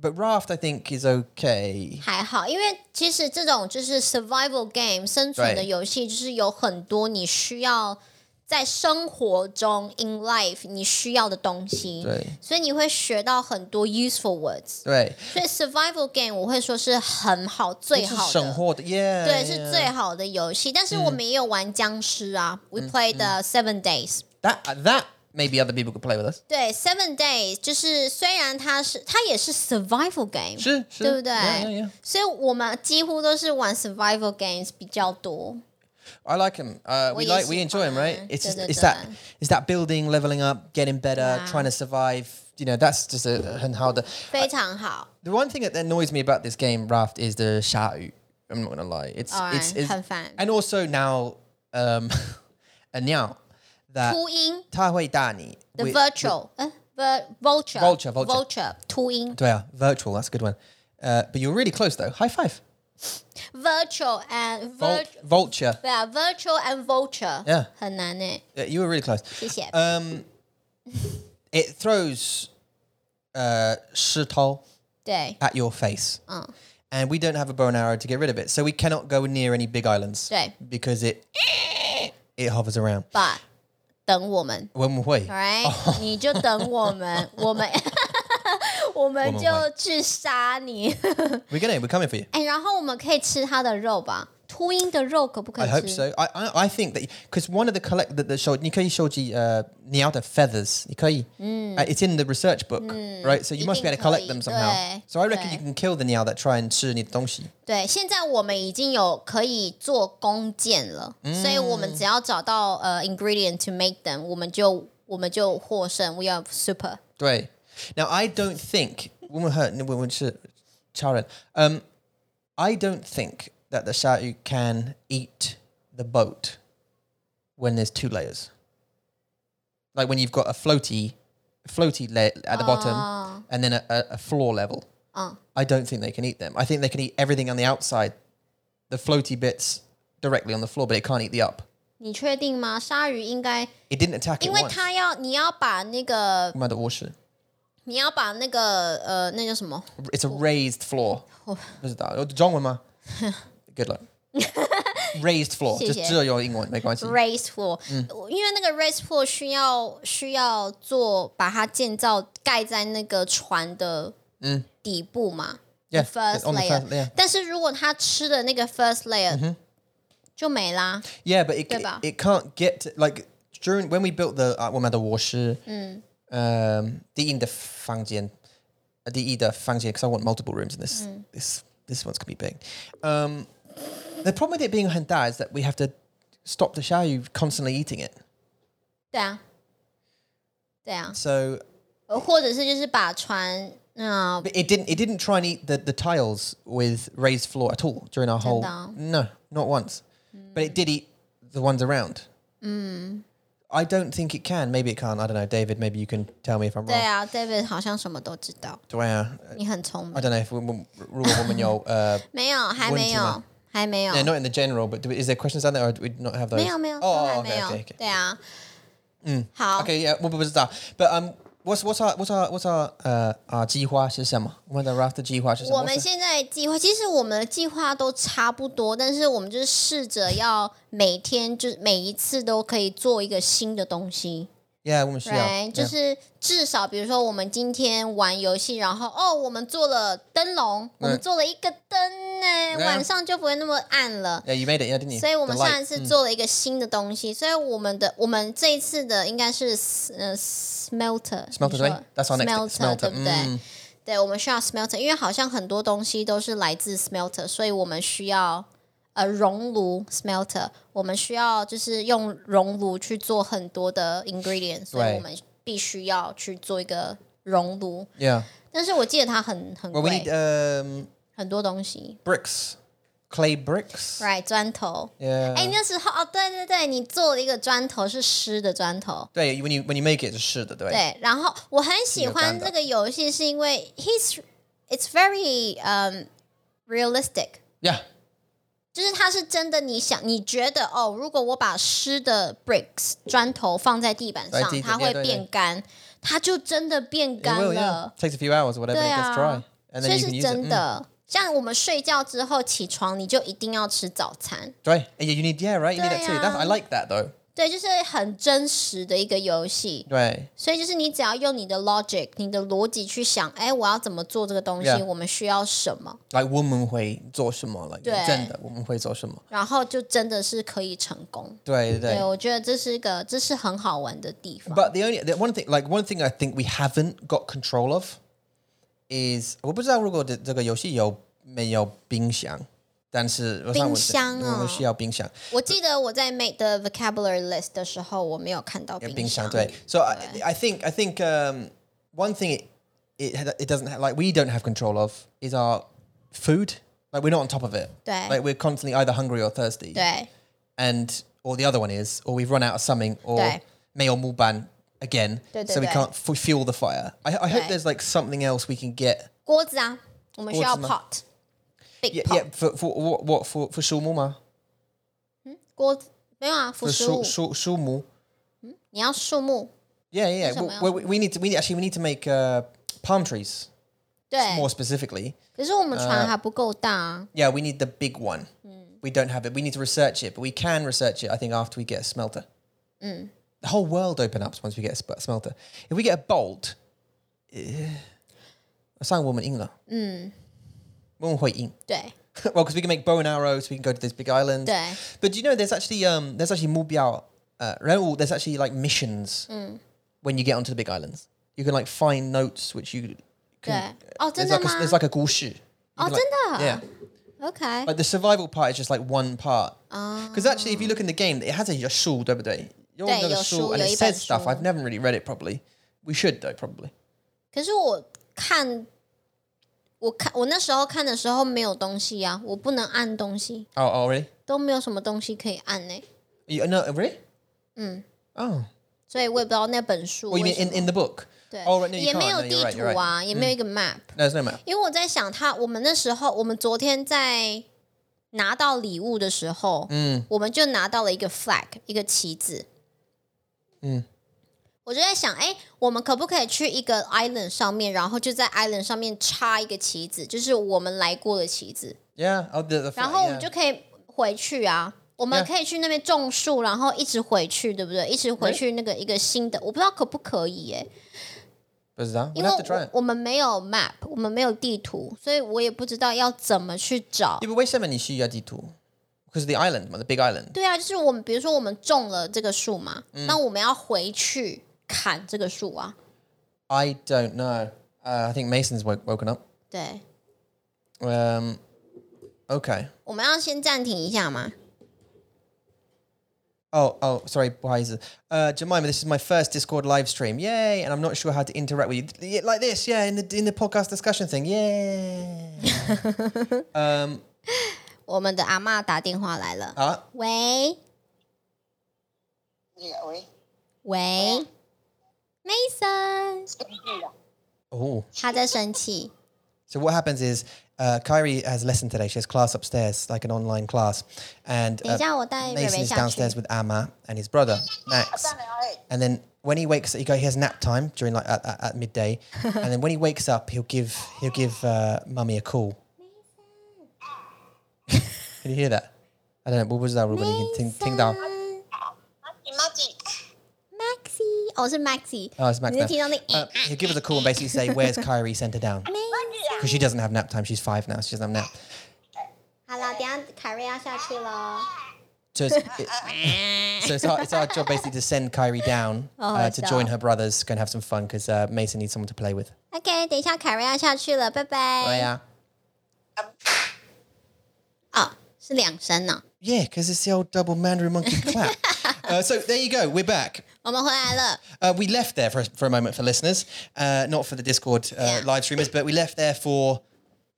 Speaker 1: But Raft, I think, is okay.
Speaker 2: 还好，因为其实这种就是 survival game 生存的
Speaker 1: 对
Speaker 2: 游戏，就是有很多你需要在生活中 in life 你需要的东西。
Speaker 1: 对
Speaker 2: 所以你会学到很多 useful words。
Speaker 1: 对，
Speaker 2: 所以 survival game 我会说是很好、最
Speaker 1: 是嗯
Speaker 2: 好的
Speaker 1: 省货的耶，
Speaker 2: 对，是最好的游戏。但是我们也有玩僵尸啊、w e
Speaker 1: 嗯
Speaker 2: played the Seven Days。
Speaker 1: that uh, that maybe other people could play with us
Speaker 2: 对，Seven Days 就是虽然它是它也是 survival game，
Speaker 1: 是是
Speaker 2: 对不对
Speaker 1: yeah, yeah, yeah.
Speaker 2: 所以我们几乎都是玩 survival games 比较多。
Speaker 1: I like him. Uh, we
Speaker 2: Well,
Speaker 1: like
Speaker 2: yes,
Speaker 1: we enjoy him, right?
Speaker 2: uh,
Speaker 1: It's just,
Speaker 2: da, da,
Speaker 1: it's
Speaker 2: da.
Speaker 1: that it's that building, leveling up, getting better,
Speaker 2: Yeah.
Speaker 1: trying to survive. You know, that's just a, and how the
Speaker 2: 非常好，
Speaker 1: the one thing that annoys me about this game, Raft, is the shout. I'm not gonna lie, it's
Speaker 2: Alright,
Speaker 1: it's, it's
Speaker 2: Oh, have fun.
Speaker 1: and also now um, and now that
Speaker 2: 秃鹰
Speaker 1: Tahuidani
Speaker 2: The Virtual，呃
Speaker 1: ，Vulture，
Speaker 2: ，Vir
Speaker 1: Vulture
Speaker 2: Vulture，Vulture，秃鹰
Speaker 1: Oh, virtual. That's a good one. Uh, but you're really close though. High five.
Speaker 2: Virtual and
Speaker 1: Vul-
Speaker 2: Vir，
Speaker 1: vulture.
Speaker 2: 对啊，Virtual and Vulture，
Speaker 1: Yeah.
Speaker 2: 很难呢，
Speaker 1: Yeah, you were really close.
Speaker 2: 谢谢。
Speaker 1: Um, it throws uh, 石头
Speaker 2: 对，
Speaker 1: at your face.
Speaker 2: Oh.
Speaker 1: And we don't have a bow and arrow to get rid of it. So we cannot go near any big islands.
Speaker 2: Right.
Speaker 1: Because it it hovers around.
Speaker 2: 爸，等我们。
Speaker 1: When we
Speaker 2: a l right，你就等我们，我们 我们就去杀你。
Speaker 1: we're gonna we're coming for you.
Speaker 2: 哎，然后我们可以吃它的肉吧？秃鹰的肉可不可
Speaker 1: I
Speaker 2: 以
Speaker 1: hope
Speaker 2: 吃？
Speaker 1: so. I I, I think that because one of the collect that the show Nikkei Shoji uh Niauta feathers Nikkei uh, it's in the research book right so you must be able to collect them
Speaker 2: 一定可以，
Speaker 1: somehow.
Speaker 2: 对，
Speaker 1: So I reckon
Speaker 2: 对。
Speaker 1: you can kill the Niao that try and chew the Dongshi.
Speaker 2: 对，现在我们已经有可以做弓箭了，所以我们只要找到呃 ingredient to make them，我们就我们就获胜。We are super。
Speaker 1: 对。Now I don't think woman her woman Charon. Um, I don't think that the Shao can eat the boat when there's two layers. Like when you've got a floaty, floaty layer at the bottom, and then a, a, a floor level. I don't think they can eat them. I think they can eat everything on the outside, the floaty bits directly on the floor, but it can't eat the up.
Speaker 2: 你确定吗？鲨鱼应该，
Speaker 1: It didn't attack it
Speaker 2: 因为
Speaker 1: once.
Speaker 2: 它要你要把那个
Speaker 1: Mother
Speaker 2: 你要把那个呃那叫什么？
Speaker 1: It's a raised floor. What's that? Oh, Zhongwen Good luck. raised floor.
Speaker 2: 谢谢。
Speaker 1: Just 只有用英文没关系。
Speaker 2: race floor，、因为那个 race floor 需要需要做把它建造盖在那个船的底部嘛、
Speaker 1: Yeah,
Speaker 2: the first
Speaker 1: on the
Speaker 2: layer。
Speaker 1: first layer. 嗯
Speaker 2: 但是如果它吃的那个 first layer、就没啦，
Speaker 1: Yeah, but it, it,
Speaker 2: 对吧？
Speaker 1: can't get to, like during when we built the um, uh, 我们的卧室，
Speaker 2: Mm.
Speaker 1: 嗯，第一的房间，第一的房间 because I want multiple rooms in this
Speaker 2: Mm.
Speaker 1: this this one's gonna be big. Um, the problem with it being handa is that we have to stop the shower you constantly eating it.
Speaker 2: 对啊，对啊，
Speaker 1: So
Speaker 2: 呃或者是就是把船，嗯、
Speaker 1: But it didn't. It didn't try and eat the, the tiles with raised floor at all during our whole.
Speaker 2: Didn't
Speaker 1: No, not once. But it did eat the ones around. Mm. I don't think it can. Maybe it can't. I don't know, David. Maybe you can tell me if I'm
Speaker 2: 对
Speaker 1: wrong.
Speaker 2: 啊，David 好像什么都知道，
Speaker 1: Do I, uh,
Speaker 2: 你很聪明
Speaker 1: I，don't know if woman, rule woman, yo, uh,
Speaker 2: 没有，还没
Speaker 1: 问题
Speaker 2: 有
Speaker 1: 吗，
Speaker 2: 还没有
Speaker 1: no, not in the general. But do, is there questions down there, or do we not have those?
Speaker 2: 没有没有，
Speaker 1: Oh,
Speaker 2: 都
Speaker 1: oh,
Speaker 2: 还没
Speaker 1: okay,
Speaker 2: 有，
Speaker 1: okay, okay.
Speaker 2: 对啊，嗯，好
Speaker 1: Okay, yeah, what was that? But um, what's what's our what's our what's our uh our 计划是什么？我们的raft的计划是什么？
Speaker 2: 我们现在计划，其实我们的计划都差不多，但是我们就是试着要每天，就是每一次都可以做一个新的东西
Speaker 1: yeah, 我们需要
Speaker 2: ，right？就
Speaker 1: yeah.
Speaker 2: 是至少比如说我们今天玩游戏，然后哦，我们做了灯笼，我们做了一个灯呢，晚上就不会那么暗了。
Speaker 1: Yeah, you made it, yeah, didn't you?
Speaker 2: 所以我们
Speaker 1: The light. 嗯
Speaker 2: 上一次做了一个新的东西，所以我们的我们这一次的应该是呃 smelter
Speaker 1: Smelter 对，That's our next
Speaker 2: smelter
Speaker 1: smelter，
Speaker 2: 对不对？
Speaker 1: 嗯
Speaker 2: 对，我们需要 smelter，因为好像很多东西都是来自 smelter，所以我们需要呃熔炉 smelter，我们需要就是用熔炉去做很多的 ingredient，所以
Speaker 1: 对
Speaker 2: 我们必须要去做一个熔炉。
Speaker 1: Yeah.
Speaker 2: 但是我记得它很很
Speaker 1: Well, we
Speaker 2: 贵
Speaker 1: need，um,
Speaker 2: 很多东西
Speaker 1: bricks, clay bricks.
Speaker 2: ，right 砖头。
Speaker 1: Yeah.
Speaker 2: 哎、那时候哦，对对对，你做了一个砖头是湿的砖头，
Speaker 1: 对, when you when you make it, 是的，对。
Speaker 2: 对。然后我很喜
Speaker 1: 一
Speaker 2: 欢
Speaker 1: 个砖头
Speaker 2: 这个游戏，是因为 he's it's very um realistic，
Speaker 1: Yeah.
Speaker 2: 就是它是真的。你想，你觉得哦，如果我把湿的 bricks 砖头放在地板
Speaker 1: 在
Speaker 2: 上
Speaker 1: 地，
Speaker 2: 它
Speaker 1: 对
Speaker 2: 会
Speaker 1: 对对
Speaker 2: 变干，它就真的变
Speaker 1: It
Speaker 2: 干
Speaker 1: will, yeah.
Speaker 2: 了。
Speaker 1: Takes a few hours or whatever, it
Speaker 2: 对
Speaker 1: gets
Speaker 2: 啊
Speaker 1: dry.，And
Speaker 2: 所
Speaker 1: then you can
Speaker 2: 以是
Speaker 1: use it.
Speaker 2: 真
Speaker 1: Mm,
Speaker 2: 的。像我们睡觉之后起床，你就一定要吃早餐。
Speaker 1: dry. And yeah, you need, yeah, right? You need that too. That's, I
Speaker 2: 对啊。
Speaker 1: like that though.
Speaker 2: 对，就是很真实的一个游戏。
Speaker 1: 对，
Speaker 2: 所以就是你只要用你的 logic，你的逻辑去想，哎，我要怎么做这个东西
Speaker 1: Yeah
Speaker 2: 我们需要什么，
Speaker 1: 来我们会做什么了？
Speaker 2: 对
Speaker 1: 真的我们会做什么？
Speaker 2: 然后就真的是可以成功。
Speaker 1: 对对
Speaker 2: 对，
Speaker 1: 对。
Speaker 2: 我觉得这是一个，这是很好玩的地方。
Speaker 1: But the only the one thing like one thing I think we haven't got control of is 我不知道如果这这个游戏有没有冰箱，但是我上网
Speaker 2: 冰箱啊
Speaker 1: 我们需要冰箱。
Speaker 2: 我记得我在 make 的 vocabulary list 的时候，我没有看到
Speaker 1: Yeah,
Speaker 2: 冰
Speaker 1: 冰箱
Speaker 2: 箱。
Speaker 1: 对。So I, I think I think um, one thing it, it ha- it doesn't have, like we don't have control of is our food. Like we're not on top of it.
Speaker 2: 对
Speaker 1: Like we're constantly either hungry or thirsty.
Speaker 2: 对
Speaker 1: And or the other one is or we've run out of something or
Speaker 2: 对
Speaker 1: may or muban again.
Speaker 2: 对，对，
Speaker 1: So we
Speaker 2: 对。
Speaker 1: can't f- fuel the fire. I, I hope
Speaker 2: 对。
Speaker 1: there's like something else we can get.
Speaker 2: 锅子啊，我们需要
Speaker 1: 锅子吗
Speaker 2: pot。Big
Speaker 1: Yeah,
Speaker 2: pot
Speaker 1: yeah for, for what what for for shumuma?
Speaker 2: 锅子没有啊，
Speaker 1: For
Speaker 2: 腐食物
Speaker 1: shu, shu, shumu.
Speaker 2: 你要树木，
Speaker 1: Yeah, yeah. yeah.
Speaker 2: 为什么要-
Speaker 1: We, we, we need to we actually we need to make uh, palm trees
Speaker 2: 对。
Speaker 1: more specifically.
Speaker 2: 可是我们
Speaker 1: 呃
Speaker 2: 船还不够大啊。
Speaker 1: Yeah, we need the big one. We don't have it. We need to research it, but we can research it, I think, after we get a smelter. The whole world open up once we get a sp- smelter. If we get a bolt, eh, uh, sign woman England. Woman Hoi Ing.
Speaker 2: 对
Speaker 1: well, because we can make bow and arrows, we can go to those big islands.
Speaker 2: 对
Speaker 1: But do you know there's actually um there's actually Mubiao uh Raoul, there's actually like missions when you get onto the big islands. You can like find notes which you
Speaker 2: 对
Speaker 1: can，
Speaker 2: 哦，真
Speaker 1: there's
Speaker 2: 的
Speaker 1: like,
Speaker 2: 吗
Speaker 1: a, there's like a 故事. You
Speaker 2: 哦，
Speaker 1: can, like-
Speaker 2: 真的
Speaker 1: Yeah.
Speaker 2: ？OK，
Speaker 1: Like the survival part is just like one part.
Speaker 2: Ah.
Speaker 1: Because actually, if you look in the game, it has a shul, don't it? You're
Speaker 2: Yeah,
Speaker 1: on a
Speaker 2: your
Speaker 1: shul,
Speaker 2: shul,
Speaker 1: and
Speaker 2: your
Speaker 1: it
Speaker 2: Iban
Speaker 1: says stuff.
Speaker 2: shul.
Speaker 1: I've never really read it properly. We should though, probably.
Speaker 2: 可是我看，我看我那时候看的时候没有东西啊，我不能按东西，
Speaker 1: Oh, oh really?
Speaker 2: 都没有什么东西可以按呢、
Speaker 1: You, no, really?
Speaker 2: Hmm.
Speaker 1: Oh,
Speaker 2: 所以我也不知道那本书
Speaker 1: well, you
Speaker 2: 为
Speaker 1: mean
Speaker 2: 什
Speaker 1: in,
Speaker 2: 么。
Speaker 1: in the book?
Speaker 2: 对
Speaker 1: Oh, right, no, you
Speaker 2: 也
Speaker 1: can't. No,
Speaker 2: 没有地
Speaker 1: you're right, 嗯
Speaker 2: 图
Speaker 1: you're right.
Speaker 2: 啊，也没有一个 map。
Speaker 1: No, there's no map.
Speaker 2: 因为我在想他，我们那时候我们昨天在拿到礼物的时候，嗯，我们就拿到了一个 flag，一个旗子，嗯，我就在想，哎，我们可不可以去一个 island 上面，然后就在 island 上面插一个旗子，就是我们来过的旗子，
Speaker 1: Yeah. Oh, the, the
Speaker 2: 然
Speaker 1: flag,
Speaker 2: 后我们
Speaker 1: yeah.
Speaker 2: 就可以回去啊。我们
Speaker 1: Yeah
Speaker 2: 可以去那边种树，然后一直回去，对不对？一直回去那个一个新的，我不知道可不可以哎、
Speaker 1: Bizarre.
Speaker 2: 因
Speaker 1: We'll
Speaker 2: 为
Speaker 1: have to try
Speaker 2: 我
Speaker 1: it.
Speaker 2: 我们没有 map，我们没有地图，所以我也不知道要怎么去找
Speaker 1: Yeah,。but wait a minute, you Because the island, the big island.
Speaker 2: 对啊，就是我们，比如说我们种了这个树嘛，那我们要回去砍这个树啊。
Speaker 1: I don't know. Uh, I think Mason's woke, woken up.
Speaker 2: 对，
Speaker 1: Um, okay.
Speaker 2: 我们要先暂停一下嘛。
Speaker 1: Oh, oh, sorry, Wiser. Uh, Jemima, this is my first Discord live stream. Yay! And I'm not sure how to interact with you Yeah, like this. Yeah, in the in the podcast discussion thing. Yeah.
Speaker 2: 我们的阿嬷打电话来了，
Speaker 1: ah,
Speaker 2: 喂
Speaker 3: 呀喂，
Speaker 2: 喂，Mason，
Speaker 3: 啊
Speaker 1: oh.
Speaker 2: 他在生气。
Speaker 1: So what happens is, uh, Kyrie has lesson today. She has class upstairs, like an online class, and
Speaker 2: 等一
Speaker 1: uh,
Speaker 2: 下，我带蕊
Speaker 1: Mason
Speaker 2: 蕊
Speaker 1: is
Speaker 2: 下去。
Speaker 1: downstairs with Amma and his brother Max.
Speaker 3: 上来哎，
Speaker 1: And then when he wakes, he, go, he has nap time during like at, at, at midday, and then when he wakes up, he'll give he'll give uh, mummy a call. Can you hear that? I don't know. What was that? Ruben? You can ting, ting down.
Speaker 2: 嗯
Speaker 3: 你妈几？
Speaker 2: ，Maxi，哦是 Maxi，
Speaker 1: Oh, it's Max.
Speaker 2: 你是听呃到
Speaker 1: Now.
Speaker 2: 那个
Speaker 1: Uh, he'll give us a call and basically say, "Where's Kyrie? Send her down," because she doesn't have nap time. She's five now. She doesn't have nap.
Speaker 2: 好了，等一下凯瑞要下去喽。
Speaker 1: So it's, it- so it's, our, it's our job basically to send Kyrie down
Speaker 2: Oh,
Speaker 1: uh,
Speaker 2: it's
Speaker 1: to join
Speaker 2: up.
Speaker 1: her brothers, go and have some fun because uh, Mason needs someone to play with.
Speaker 2: OK，等一下凯瑞要下去了，拜拜。
Speaker 1: Oh, yeah.
Speaker 2: 啊，是两声呢、
Speaker 1: Yeah, because it's the old double Mandarin monkey clap. uh, so there you go. We're back.
Speaker 2: 我们回来了。
Speaker 1: Uh, we left there for, for a moment for listeners, uh, not for the Discord uh,
Speaker 2: Yeah.
Speaker 1: live streamers, but we left there for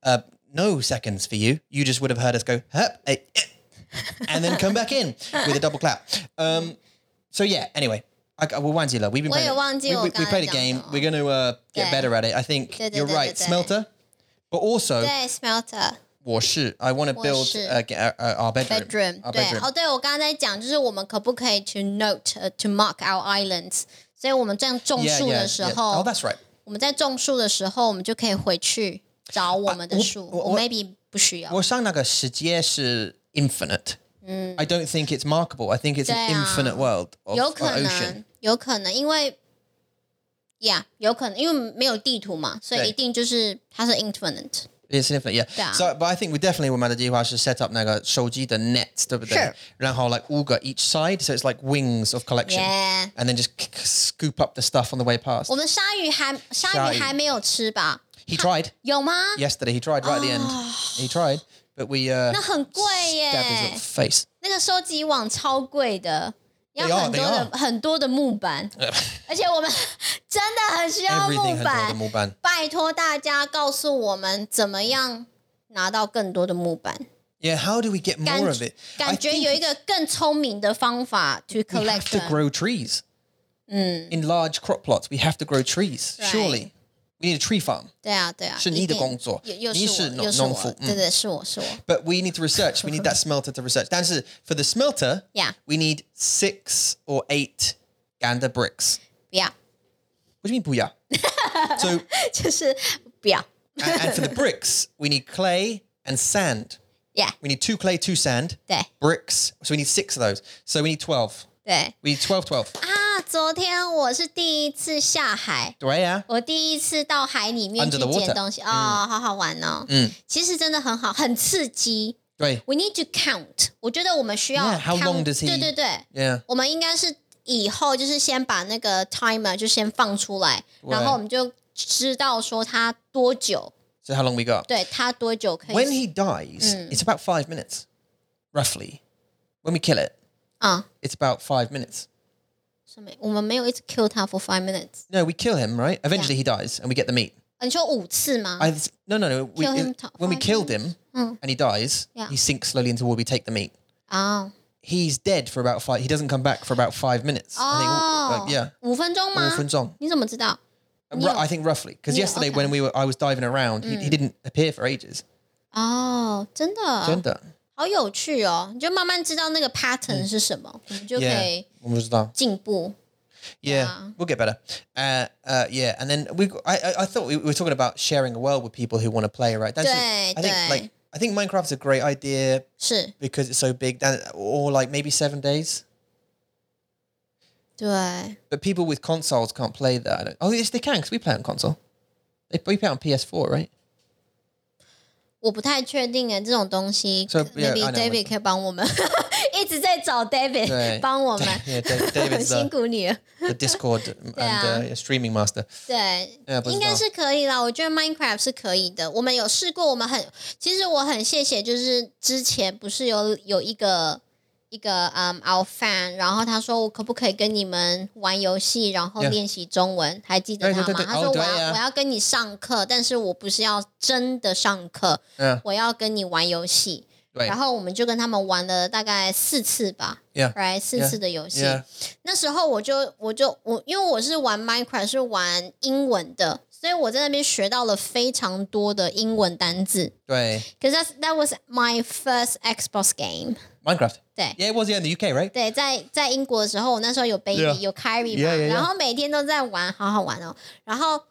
Speaker 1: uh, no seconds for you. You just would have heard us go, hup, eh, eh, and then come back in with a double clap. Um, so yeah, anyway. I, I- we'll Wanzilla, we've been
Speaker 2: Well,
Speaker 1: playing,
Speaker 2: yeah, Wanzi,
Speaker 1: we, we, we
Speaker 2: we'll
Speaker 1: played a
Speaker 2: go
Speaker 1: game.
Speaker 2: down.
Speaker 1: We're going to uh, get
Speaker 2: Yeah.
Speaker 1: better at it. I think
Speaker 2: Yeah, yeah,
Speaker 1: you're
Speaker 2: yeah,
Speaker 1: right,
Speaker 2: yeah, yeah.
Speaker 1: Smelter. But also,
Speaker 2: 对，Smelter
Speaker 1: 我是 I want to build
Speaker 2: 我是
Speaker 1: uh, get our, our- our bedroom.
Speaker 2: bedroom，
Speaker 1: Our
Speaker 2: 对，
Speaker 1: bedroom.
Speaker 2: 哦，对，我刚刚在讲，就是我们可不可以 to note、to 呃 mark our islands？所以我们这样种
Speaker 1: yeah,
Speaker 2: 树
Speaker 1: yeah,
Speaker 2: 的时
Speaker 1: yeah.
Speaker 2: 候
Speaker 1: Oh, that's right.
Speaker 2: 我们在种树的时候，我们就可以回去找我们的
Speaker 1: 我
Speaker 2: 树。
Speaker 1: 啊我
Speaker 2: 我
Speaker 1: 我
Speaker 2: maybe 不需要。
Speaker 1: 我上那个世界是 infinite，
Speaker 2: Mm.
Speaker 1: I don't think it's markable. I think it's an
Speaker 2: 对啊。
Speaker 1: infinite world of,
Speaker 2: 有可
Speaker 1: or ocean.
Speaker 2: 能，有可能，因为，Yeah，有可能，因为没有地图嘛，所以
Speaker 1: 对
Speaker 2: 一定就是它是 infinite。
Speaker 1: It's infinite, yeah.
Speaker 2: 对啊
Speaker 1: So, but I think we definitely want to do should set up the net,
Speaker 2: Sure.
Speaker 1: 然后 like Uga each side, so it's like wings of collection,
Speaker 2: Yeah.
Speaker 1: and then just k- k- scoop up the stuff on the way past.
Speaker 2: 我们鲨鱼还鲨
Speaker 1: 鲨
Speaker 2: 鱼
Speaker 1: 鱼
Speaker 2: 还没有吃吧？
Speaker 1: He tried
Speaker 2: 有吗？
Speaker 1: yesterday. He tried right at the end.
Speaker 2: Ah.
Speaker 1: He tried, but we uh,
Speaker 2: 那很贵
Speaker 1: stabbed his little
Speaker 2: 耶，
Speaker 1: face.
Speaker 2: 那个收集网超贵的，要
Speaker 1: They are,
Speaker 2: 很多
Speaker 1: they
Speaker 2: 的
Speaker 1: are.
Speaker 2: 很多的木板，而且我们 真的很需要
Speaker 1: Everything
Speaker 2: 木
Speaker 1: had
Speaker 2: 板
Speaker 1: the。more ban.
Speaker 2: 拜托大家告诉我们怎么样拿到更多的木板。
Speaker 1: Yeah, how do we get more
Speaker 2: 感
Speaker 1: of it?
Speaker 2: 感
Speaker 1: I
Speaker 2: 觉
Speaker 1: think
Speaker 2: 有一个更聪明的方法 to
Speaker 1: we have
Speaker 2: collect
Speaker 1: to
Speaker 2: them。
Speaker 1: grow trees. In large crop plots, we have to grow trees.
Speaker 2: Mm. Right.
Speaker 1: Surely, we need a tree farm.
Speaker 2: 对啊，对啊，
Speaker 1: 是
Speaker 2: 一
Speaker 1: 你的
Speaker 2: 定
Speaker 1: 工作
Speaker 2: 又又
Speaker 1: 你是
Speaker 2: 是我，
Speaker 1: 农
Speaker 2: 又是
Speaker 1: 农
Speaker 2: 我
Speaker 1: 夫，嗯
Speaker 2: 对对，是我是我。
Speaker 1: But we need to research. We need that smelter to research. 但是 for the smelter,
Speaker 2: Yeah.
Speaker 1: we need six or eight gander bricks.
Speaker 2: 不要，
Speaker 1: What do you mean, booyah? so,
Speaker 2: 就是不要
Speaker 1: and, and for the bricks, we need clay and sand.
Speaker 2: ，yeah，
Speaker 1: We need two clay, two sand.
Speaker 2: 对
Speaker 1: Bricks. So we need six of those. So we need 12.
Speaker 2: 对
Speaker 1: We need 12, 12.
Speaker 2: 啊！昨天我是第一次下海，
Speaker 1: Do I, yeah?
Speaker 2: 我第一次到海里面
Speaker 1: Under
Speaker 2: 去
Speaker 1: the
Speaker 2: 捡
Speaker 1: water
Speaker 2: 东西，哦，好好玩哦。嗯，其实真的很好，很刺激。
Speaker 1: Do I?
Speaker 2: We need to count。我觉得我们需要
Speaker 1: Yeah, how long
Speaker 2: count-
Speaker 1: does he-
Speaker 2: 对对对，
Speaker 1: Yeah.
Speaker 2: 我们应该是以后就是先把那个 timer 就先放出来，然后我们就知道说它多久，
Speaker 1: So how long we got?
Speaker 2: 对它多久可
Speaker 1: When
Speaker 2: 以
Speaker 1: he dies,
Speaker 2: Mm.
Speaker 1: it's about five minutes, roughly. When we kill it,
Speaker 2: 啊？
Speaker 1: it's about five minutes.
Speaker 2: 什么？我们没有一直 kill 它 for five minutes。
Speaker 1: No, we kill him, right? Eventually he dies and we get the meat.
Speaker 2: 啊你说五次吗？
Speaker 1: I no no no. We,
Speaker 2: Kill him
Speaker 1: it-
Speaker 2: to-
Speaker 1: when we
Speaker 2: five Oh.
Speaker 1: killed him and he dies,
Speaker 2: Yeah.
Speaker 1: he sinks slowly into water. We take the meat.
Speaker 2: 啊
Speaker 1: He's dead for about five. He doesn't come back for about five minutes. I
Speaker 2: 哦
Speaker 1: think, like, yeah,
Speaker 2: 五分钟吗？
Speaker 1: 五分钟
Speaker 2: 你怎么知道？
Speaker 1: Ru- I think roughly because
Speaker 2: Oh. Yeah,
Speaker 1: yesterday
Speaker 2: okay.
Speaker 1: when
Speaker 2: Mm.
Speaker 1: we were, I was diving around. He, he didn't appear for ages.
Speaker 2: 哦，真的
Speaker 1: Gender.
Speaker 2: 好有趣哦！你就慢慢知道那个 pattern 是什么，我们就可
Speaker 1: Yeah.
Speaker 2: 以
Speaker 1: What was that?
Speaker 2: 进步。
Speaker 1: Yeah, we'll get better. Uh, uh, yeah, and then we. I, I, I thought we were talking about sharing a world with people who want to play, right? That's
Speaker 2: Day,
Speaker 1: I think
Speaker 2: day.
Speaker 1: like I think Minecraft's a great idea
Speaker 2: 是
Speaker 1: because it's so big, and or like maybe seven days.
Speaker 2: 对
Speaker 1: But people with consoles can't play that. I don't- Oh, yes, they can because we play on console. They we play on PS4, right?
Speaker 2: 我不太确定哎，这种东西
Speaker 1: So, yeah,
Speaker 2: maybe
Speaker 1: I know.
Speaker 2: David 可以帮我们， 一直在找 David
Speaker 1: 对
Speaker 2: 帮我们，
Speaker 1: Yeah, Da- David's the,
Speaker 2: 辛苦你了。
Speaker 1: the Discord and
Speaker 2: Yeah.
Speaker 1: uh, streaming master.
Speaker 2: 对
Speaker 1: Yeah, 不知道
Speaker 2: 应该是可以啦。我觉得 Minecraft 是可以的，我们有试过，我们很，其实我很谢谢，就是之前不是有有一个一个嗯、our fan，然后他说我可不可以跟你们玩游戏，然后
Speaker 1: Yeah.
Speaker 2: 练习中文还记得
Speaker 1: 对
Speaker 2: 他吗
Speaker 1: 对对对
Speaker 2: 他说
Speaker 1: 哦
Speaker 2: 我
Speaker 1: 对
Speaker 2: 要、
Speaker 1: 呀
Speaker 2: 我要跟你上课，但是我不是要真的上课，
Speaker 1: Yeah,
Speaker 2: 我要跟你玩游戏。
Speaker 1: 对
Speaker 2: 然后我们就跟他们玩了大概四次吧
Speaker 1: yeah,
Speaker 2: ，right？四
Speaker 1: Yeah.
Speaker 2: 次的游戏。
Speaker 1: yeah.
Speaker 2: 那时候我就我就我，因为我是玩 Minecraft 是玩英文的，所以我在那边学到了非常多的英文单字。
Speaker 1: Right.
Speaker 2: 可是 that was my first Xbox game。
Speaker 1: Minecraft.
Speaker 2: 对
Speaker 1: Yeah, it was yeah, in the UK, right?
Speaker 2: 对，在在英国的时候，我那时候有 baby
Speaker 1: Yeah.
Speaker 2: 有 Carrie 嘛
Speaker 1: Yeah, yeah, yeah.
Speaker 2: 然后每天都在玩，好好玩哦。然后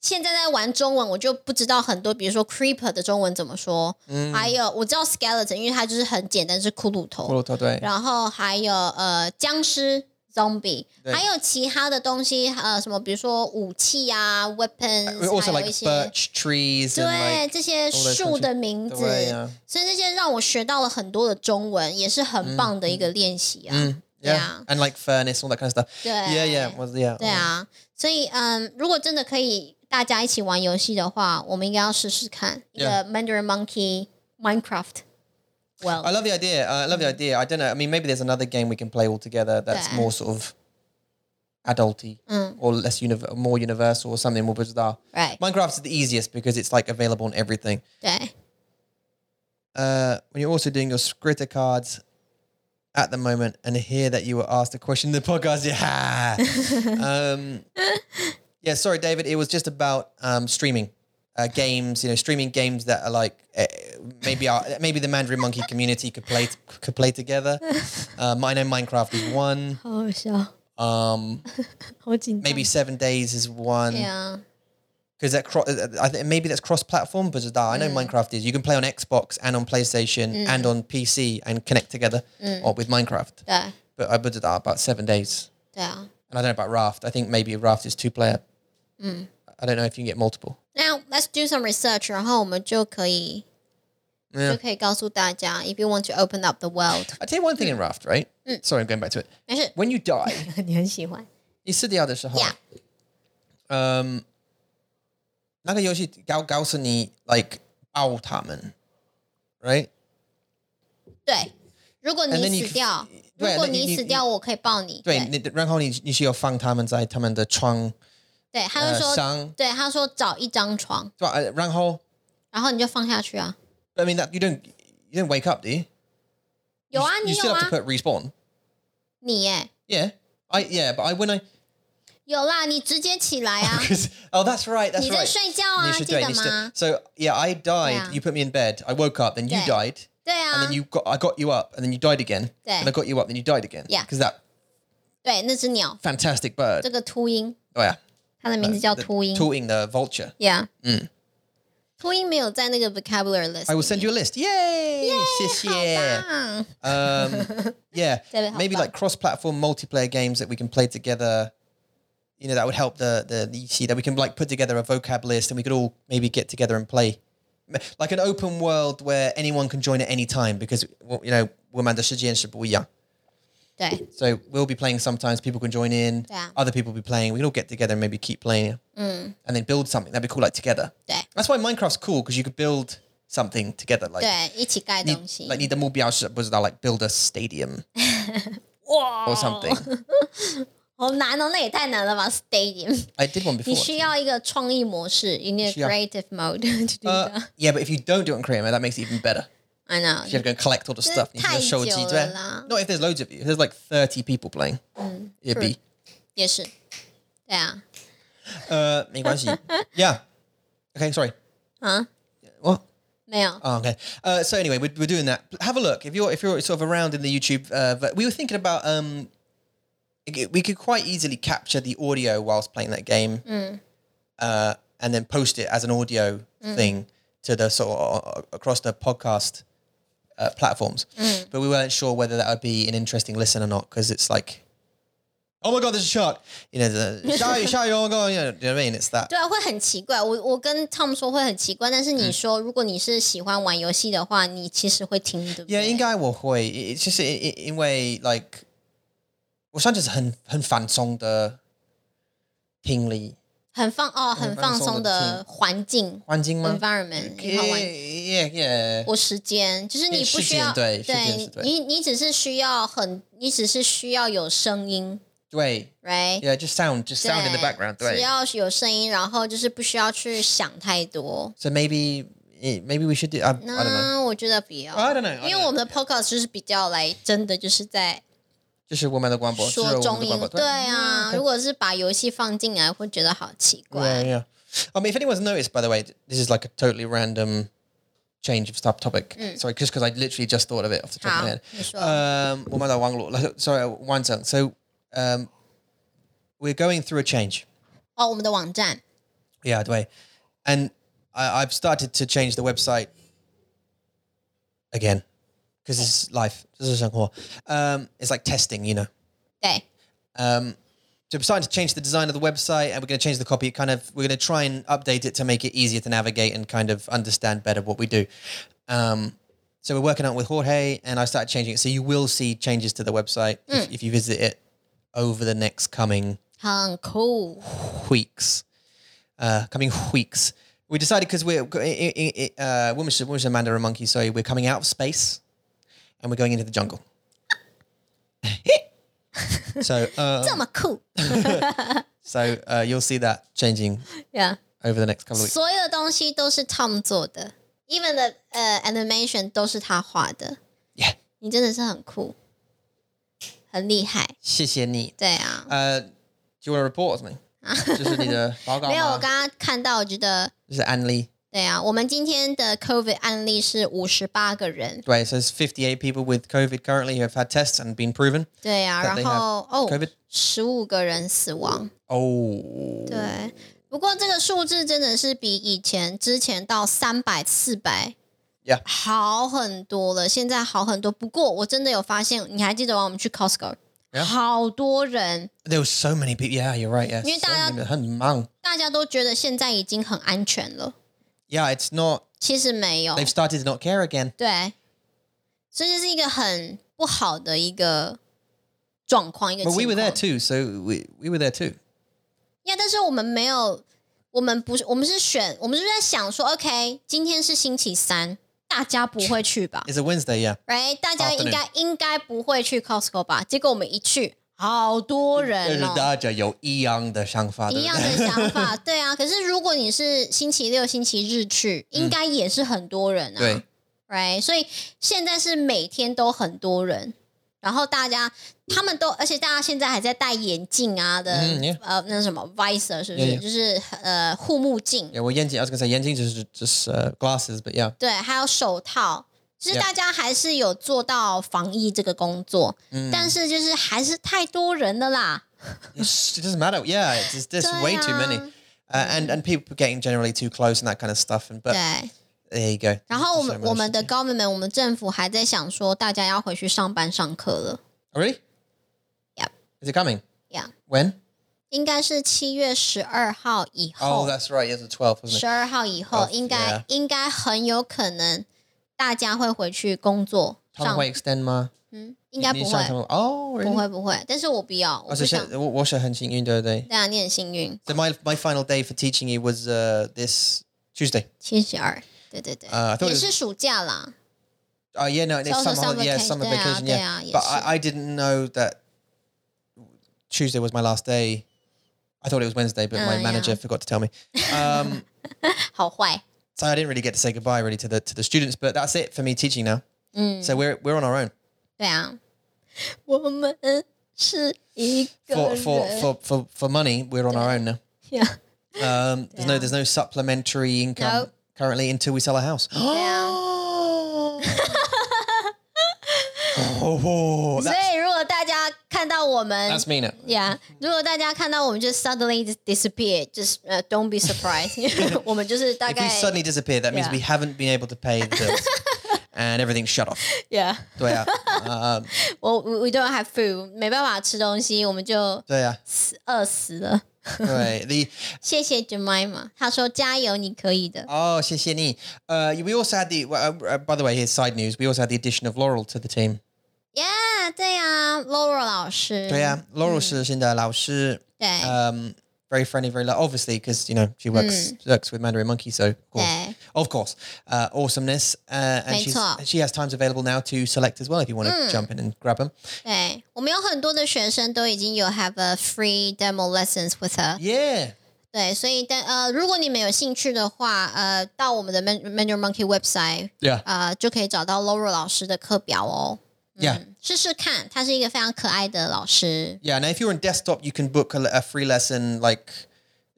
Speaker 2: 现在在玩中文，我就不知道很多，比如说 creeper 的中文怎么说，
Speaker 1: 嗯
Speaker 2: 还有我知道 skeleton，因为它就是很简单，是骷髅头。
Speaker 1: 对。
Speaker 2: 然后还有呃僵尸 zombie，
Speaker 1: 对
Speaker 2: 还有其他的东西呃什么，比如说武器啊
Speaker 1: We
Speaker 2: weapons，
Speaker 1: also
Speaker 2: 还有
Speaker 1: 呃 like
Speaker 2: 一些
Speaker 1: birch trees
Speaker 2: 对、
Speaker 1: and like
Speaker 2: 这些
Speaker 1: those
Speaker 2: 树的名字，
Speaker 1: 对啊呀
Speaker 2: 所以这些让我学到了很多的中文，也是
Speaker 1: 嗯
Speaker 2: 很棒的一个练习啊。
Speaker 1: Mm, yeah,
Speaker 2: Yeah.
Speaker 1: and like furnace, all that kind of stuff.
Speaker 2: 对
Speaker 1: 嗯 Yeah, yeah, it was yeah.
Speaker 2: 对啊，所以嗯，如果真的可以大家一起玩游戏的话，我们应该要试试看一个 Mandarin Monkey Minecraft。
Speaker 1: I
Speaker 2: Well，
Speaker 1: love the idea. Uh, I love the idea. I don't know. I mean, maybe there's another game we can play all together that's
Speaker 2: Mm. Yeah.
Speaker 1: more sort of adulty or less univ- more universal or something more bizarre.
Speaker 2: 嗯 right，
Speaker 1: Minecraft is the easiest because it's like available on everything.
Speaker 2: 对，
Speaker 1: Uh, when you're also doing your scritter cards at the moment and hear that you were asked a question in the podcast, yeah. um, yeah, sorry, David. It was just about um, streaming. Uh, games, you know, streaming games that are like uh, maybe our maybe the Mandarin Monkey community could play could play together. Um, I know Minecraft is one.
Speaker 2: 好好笑，
Speaker 1: Um,
Speaker 2: 好紧张。
Speaker 1: maybe Seven Days is one.
Speaker 2: 对啊。
Speaker 1: because that cro- uh, I think maybe that's cross-platform, but uh, I know Minecraft is. You can play on Xbox and on PlayStation and on PC and connect together or with Minecraft.
Speaker 2: 对
Speaker 1: But I put it out about seven days,
Speaker 2: 对啊。
Speaker 1: and I don't know about Raft. I think maybe Raft is two-player. I don't know if you can get multiple.
Speaker 2: Now let's do some research，然后我们就可以、就可以告诉大家，if you want to open up the world，
Speaker 1: I tell you one thing in Raft, right? Sorry, I'm going back to it.
Speaker 2: 但是
Speaker 1: When you die,
Speaker 2: 你很喜欢
Speaker 1: 你死掉的时候
Speaker 2: ，Yeah，
Speaker 1: um, 那个游戏告告诉你 like 抱他们 right
Speaker 2: 对。如果
Speaker 1: And then
Speaker 2: 你
Speaker 1: you-
Speaker 2: 死掉，
Speaker 1: 对
Speaker 2: 如果
Speaker 1: and then
Speaker 2: 你
Speaker 1: you-
Speaker 2: 死掉，我可以抱你。对
Speaker 1: 对，你然后你你是要放他们在他们的床，对，然后
Speaker 2: 对，他就
Speaker 1: 呃
Speaker 2: 说
Speaker 1: 伤，
Speaker 2: 对，他说找一张床，然后你就放下去啊。
Speaker 1: I mean that you don't you don't wake up do you
Speaker 2: 有啊，
Speaker 1: you,
Speaker 2: 你
Speaker 1: you
Speaker 2: 有
Speaker 1: still
Speaker 2: 啊
Speaker 1: have，to put respawn
Speaker 2: 你耶，
Speaker 1: yeah I yeah but I when I
Speaker 2: 有啦，你直接起来 啊，
Speaker 1: because oh that's right that's
Speaker 2: 你在
Speaker 1: right
Speaker 2: 睡觉啊，记得吗
Speaker 1: 你是对，你是对。？so yeah I died
Speaker 2: Yeah. Uh-huh。
Speaker 1: you put me in bed I woke up then you
Speaker 2: 对。
Speaker 1: died
Speaker 2: 对
Speaker 1: and
Speaker 2: 啊
Speaker 1: then，you got I got you up and then you died again
Speaker 2: 对。
Speaker 1: and I got you up then you died again
Speaker 2: Yeah.
Speaker 1: because that
Speaker 2: 对，那只鸟，
Speaker 1: fantastic bird
Speaker 2: 这个秃鹰，
Speaker 1: oh yeah
Speaker 2: 它的名字 叫
Speaker 1: the-
Speaker 2: 秃鹰。
Speaker 1: Tooting the vulture.
Speaker 2: Yeah，嗯，秃鹰没有在那个 vocabulary list。
Speaker 1: I will send you a list. Yay! Sis, yeah.
Speaker 2: 啊，
Speaker 1: Um, yeah.
Speaker 2: David, how
Speaker 1: Maybe
Speaker 2: about-
Speaker 1: like cross-platform multiplayer games that we can play together. You know, that would help the the, the see that we can like put together a vocab list and we could all maybe get together and play. M- Like an open world where anyone can join at any time because well, you know, we're man the young.
Speaker 2: 对
Speaker 1: So we'll be playing sometimes, people can join in,
Speaker 2: Yeah.
Speaker 1: other people will be playing, we can all get together and maybe keep playing. And then build something. That'd be cool, like together.
Speaker 2: 对
Speaker 1: That's why Minecraft's cool because you could build something together. Like,
Speaker 2: 对，一起盖
Speaker 1: need,
Speaker 2: 东西。
Speaker 1: like need the Mubiash was that like build a stadium or
Speaker 2: 哇
Speaker 1: something.
Speaker 2: 好难哦，那也太难了吧！Stadium，
Speaker 1: I did one
Speaker 2: 你
Speaker 1: before.
Speaker 2: 需要一个创意模式，you need
Speaker 1: 需
Speaker 2: a
Speaker 1: 要
Speaker 2: creative mode to do
Speaker 1: Uh,
Speaker 2: that.
Speaker 1: yeah, but if you don't do it in Korea, man, that makes it even better.
Speaker 2: I know.
Speaker 1: You have to go and collect all the stuff. You have to show it to you.
Speaker 2: 太久了啦。
Speaker 1: Not if there's loads of you. If there's like 30 people playing,
Speaker 2: Mm,
Speaker 1: it'd be
Speaker 2: 也是，对啊，
Speaker 1: uh, 没关系. yeah. Okay, sorry.
Speaker 2: Huh?
Speaker 1: What?
Speaker 2: 没有，
Speaker 1: Oh, okay. Uh, so anyway, we're, we're doing that. Have a look if you're if you're sort of around in the YouTube. Uh, but we were thinking about um, it- we could quite easily capture the audio whilst playing that game, uh, and then post it as an audio thing to the sort of uh, across the podcast uh, platforms. But we weren't sure whether that would be an interesting listen or not because it's like. Oh my god, there's a shark! You know, the shy, shy, oh my god, you know, do you know what I mean? It's that.
Speaker 2: 对啊，会很奇怪。我我跟 Tom 说会很奇怪，但是
Speaker 1: 嗯
Speaker 2: 你说如果你是喜欢玩游戏的话，你其实会听，对不对？
Speaker 1: Yeah, 应该我会，it's just in, in, in way like，我算就是很很放松的听力
Speaker 2: 很放哦，很
Speaker 1: 放
Speaker 2: 放
Speaker 1: 松嗯的
Speaker 2: 松的环境
Speaker 1: 环境吗
Speaker 2: environment，你好玩。
Speaker 1: ？Yeah, yeah, yeah.
Speaker 2: 我时间就是你不需要
Speaker 1: 时间对时间是对
Speaker 2: 你你只是需要很，你只是需要有声音
Speaker 1: 对
Speaker 2: ，right？
Speaker 1: ，Yeah, just sound, just
Speaker 2: 对
Speaker 1: sound in the background.
Speaker 2: 只
Speaker 1: 对
Speaker 2: 要有声音，然后就是不需要去想太多。
Speaker 1: ，So maybe, eh, maybe we should do. I, I don't know.
Speaker 2: 那我觉得不要
Speaker 1: I don't know, I don't know.
Speaker 2: 因为我们的 podcast 就是比较来真的就是在
Speaker 1: 哦就是我们的广播，只有
Speaker 2: 说
Speaker 1: 我们
Speaker 2: 中
Speaker 1: 的广播嗯
Speaker 2: 英，对啊。如果是把游戏放进来，会觉得好奇怪。
Speaker 1: Yeah, yeah. I mean, if anyone's noticed, by the way, this is like a totally random change of sub topic. Sorry, just because I literally just thought of it off the top of my head.
Speaker 2: Mm。好，你说。
Speaker 1: Um, 我们的网络- sorry, Wanzang. So, um, we're going through a change.
Speaker 2: 哦，我们的网站
Speaker 1: Yeah, the way. And I, I've started to change the website again because it's life. This is like, Um, it's like testing, you know.
Speaker 2: 对，
Speaker 1: Um, so we're starting to change the design of the website, and we're going to change the copy. It kind of we're going to try and update it to make it easier to navigate and kind of understand better what we do. Um, so we're working on it with Jorge, and I started changing it. So you will see changes to the website if, if you visit it over the next coming
Speaker 2: 很酷。
Speaker 1: weeks. Uh, coming weeks, we decided because we're i- i- i- uh, woman, woman, Amanda and Monkey. Sorry, we're coming out of space, and we're going into the jungle. so. Uh,
Speaker 2: 这么酷
Speaker 1: So uh, you'll see that changing
Speaker 2: ，Yeah，
Speaker 1: over the next couple of weeks.
Speaker 2: 所有的东西都是 Tom 做的，even the 呃 animation 都是他画的。
Speaker 1: Yeah.
Speaker 2: 你真的是很酷，很厉害。
Speaker 1: 谢谢你。
Speaker 2: 对啊，
Speaker 1: Uh, do you want to report or something? 就是你的报告吗？
Speaker 2: 没有，我刚刚看到，我觉得
Speaker 1: 就是安利。
Speaker 2: 对啊，我们今天的 COVID 案例是五十八个人。
Speaker 1: Right, so there's 58 people with COVID currently who have had tests and been proven.
Speaker 2: 对啊，
Speaker 1: That they
Speaker 2: 然后
Speaker 1: have
Speaker 2: 哦
Speaker 1: COVID?，
Speaker 2: 十五个人死亡。
Speaker 1: Oh.
Speaker 2: 对，不过这个数字真的是比以前之前到三百、四百
Speaker 1: Yeah
Speaker 2: 好很多了。现在好很多。不过我真的有发现，你还记得吗？我们去 Costco，、
Speaker 1: Yeah
Speaker 2: 好多人，
Speaker 1: There were so many people. Yeah, you're right. Yeah,
Speaker 2: 因为
Speaker 1: so
Speaker 2: 大家-
Speaker 1: many- 很忙.
Speaker 2: 大家都觉得现在已经很安全了，
Speaker 1: Yeah, it's not.
Speaker 2: 其实没有。
Speaker 1: They've started to not care again.
Speaker 2: 对，所以这是一个很不好的一个状况，一个情
Speaker 1: But
Speaker 2: 况。
Speaker 1: we were there too, so we we were there too.
Speaker 2: 呀，但是我们没有，我们不是，我们是选，我们是在想说，OK，今天是星期三，大家不会去吧
Speaker 1: It's a Wednesday. Yeah,
Speaker 2: ？Right？大家应该
Speaker 1: Afternoon
Speaker 2: 应该不会去 Costco 吧？结果我们一去，好多人
Speaker 1: 就
Speaker 2: 哦。
Speaker 1: 是大家有一样的想法，
Speaker 2: 一样的想 法，对啊。可是如果你是星期六、星期日去，应该也是很多人啊。
Speaker 1: 嗯对
Speaker 2: right？所以现在是每天都很多人，然后大家他们都，而且大家现在还在戴眼镜啊的，
Speaker 1: 嗯，yeah
Speaker 2: 呃，那什么 visor 是不是
Speaker 1: Yeah, yeah
Speaker 2: 就是呃护目镜
Speaker 1: Yeah, well, 眼镜- I was gonna say 眼镜 just just uh, glasses, but yeah.
Speaker 2: 对，还有手套。其实
Speaker 1: Yeah
Speaker 2: 大家还是有做到防疫这个工作，
Speaker 1: 嗯
Speaker 2: 但是就是还是太多人了啦。
Speaker 1: It's- it doesn't matter. Yeah, it's just, there's way too many,
Speaker 2: Yeah.
Speaker 1: uh, and and people getting generally too close and that kind of stuff. And but
Speaker 2: 对，
Speaker 1: there you go.
Speaker 2: 然后我们
Speaker 1: Just so
Speaker 2: 我们的
Speaker 1: much.
Speaker 2: government 我们政府还在想说，大家要回去上班上课了
Speaker 1: oh, really?
Speaker 2: Yep.
Speaker 1: Is it coming?
Speaker 2: Yeah.
Speaker 1: When?
Speaker 2: 应该是七月十二号以后。
Speaker 1: Oh, that's right. It's the 12th, wasn't it?
Speaker 2: 十二号以后，
Speaker 1: Of-
Speaker 2: 应该
Speaker 1: 哦 yeah.
Speaker 2: 应该很有可能大家会回去工作
Speaker 1: 他
Speaker 2: 上，
Speaker 1: 们会 extend 吗？
Speaker 2: 应该不会，
Speaker 1: 你上他们- Oh,
Speaker 2: 不
Speaker 1: really?
Speaker 2: 会不会。但是我不要，我不
Speaker 1: 我
Speaker 2: 想。
Speaker 1: 是现-我-我是很幸运的，对。
Speaker 2: 对啊，你很幸运，
Speaker 1: So my my final day for teaching you was uh, this Tuesday.
Speaker 2: 七十二，对对对
Speaker 1: 呃，对
Speaker 2: 也是暑假啦。
Speaker 1: Oh yeah, no, it's
Speaker 2: also
Speaker 1: summer,
Speaker 2: summer
Speaker 1: holiday, yeah,
Speaker 2: vac-
Speaker 1: summer
Speaker 2: yeah, ah,
Speaker 1: vacation, yeah.
Speaker 2: yeah,
Speaker 1: But
Speaker 2: yes, yeah.
Speaker 1: I, I didn't know that Tuesday was my last day. I thought it was Wednesday, but
Speaker 2: Uh,
Speaker 1: my
Speaker 2: yeah.
Speaker 1: manager forgot to tell me. Um,
Speaker 2: 好坏，
Speaker 1: so I didn't really get to say goodbye really to the to the students. But that's it for me teaching now.
Speaker 2: Mm.
Speaker 1: So we're we're on our own
Speaker 2: 对啊，我们是一个
Speaker 1: for for
Speaker 2: 人
Speaker 1: for for, for money. We're on our own now.
Speaker 2: Yeah.
Speaker 1: Um, there's no there's no supplementary income
Speaker 2: Nope.
Speaker 1: currently until we sell a house.
Speaker 2: Yeah.
Speaker 1: oh,
Speaker 2: 所
Speaker 1: that,
Speaker 2: 以如果大家看到我们
Speaker 1: that's mean it.
Speaker 2: Yeah，如果大家看到我们就 suddenly dis- disappear，就是呃、don't be surprised，因为我们就是大
Speaker 1: If we
Speaker 2: 概
Speaker 1: suddenly disappear, that means
Speaker 2: Yeah.
Speaker 1: we haven't been able to pay the bills and everything's shut off.
Speaker 2: yeah，
Speaker 1: 对啊, um,
Speaker 2: 我 we we don't have food，没办法吃东西，我们就
Speaker 1: 对啊,
Speaker 2: 死饿死了。
Speaker 1: 对, uh, the,
Speaker 2: 谢谢 Jemima，她说加油，你可以的。
Speaker 1: oh, 谢谢你. Uh, we also had the, well, uh, uh, by the way, here's side news. We also had the addition of Laurel to the team.
Speaker 2: Yeah，对呀、l a u r a 老师，
Speaker 1: 对啊, uh, Laurel
Speaker 2: Mm.
Speaker 1: 是现在老师,
Speaker 2: 对、
Speaker 1: um, very friendly, very, lo- obviously, because, you know, she works, works with Mandarin Monkey, so of course.
Speaker 2: Mm. Yeah.
Speaker 1: Of course. Uh, awesomeness. Uh, and she's,
Speaker 2: 没错。
Speaker 1: she has times available now to select as well if you want to
Speaker 2: Mm.
Speaker 1: jump in and grab them.
Speaker 2: 对，我们有很多的学生都已经有 have a free demo lessons with her。
Speaker 1: Yeah.
Speaker 2: 对，所以但呃，如果你们有兴趣的话，呃，到我们的 Man m a n u r Monkey website。
Speaker 1: Yeah.
Speaker 2: 呃，就可以找到 Laura 老师的课表哦，
Speaker 1: yeah.
Speaker 2: 试试看。她是一个非常可爱的老师。
Speaker 1: Yeah, now if you're on desktop, you can book a, a free lesson like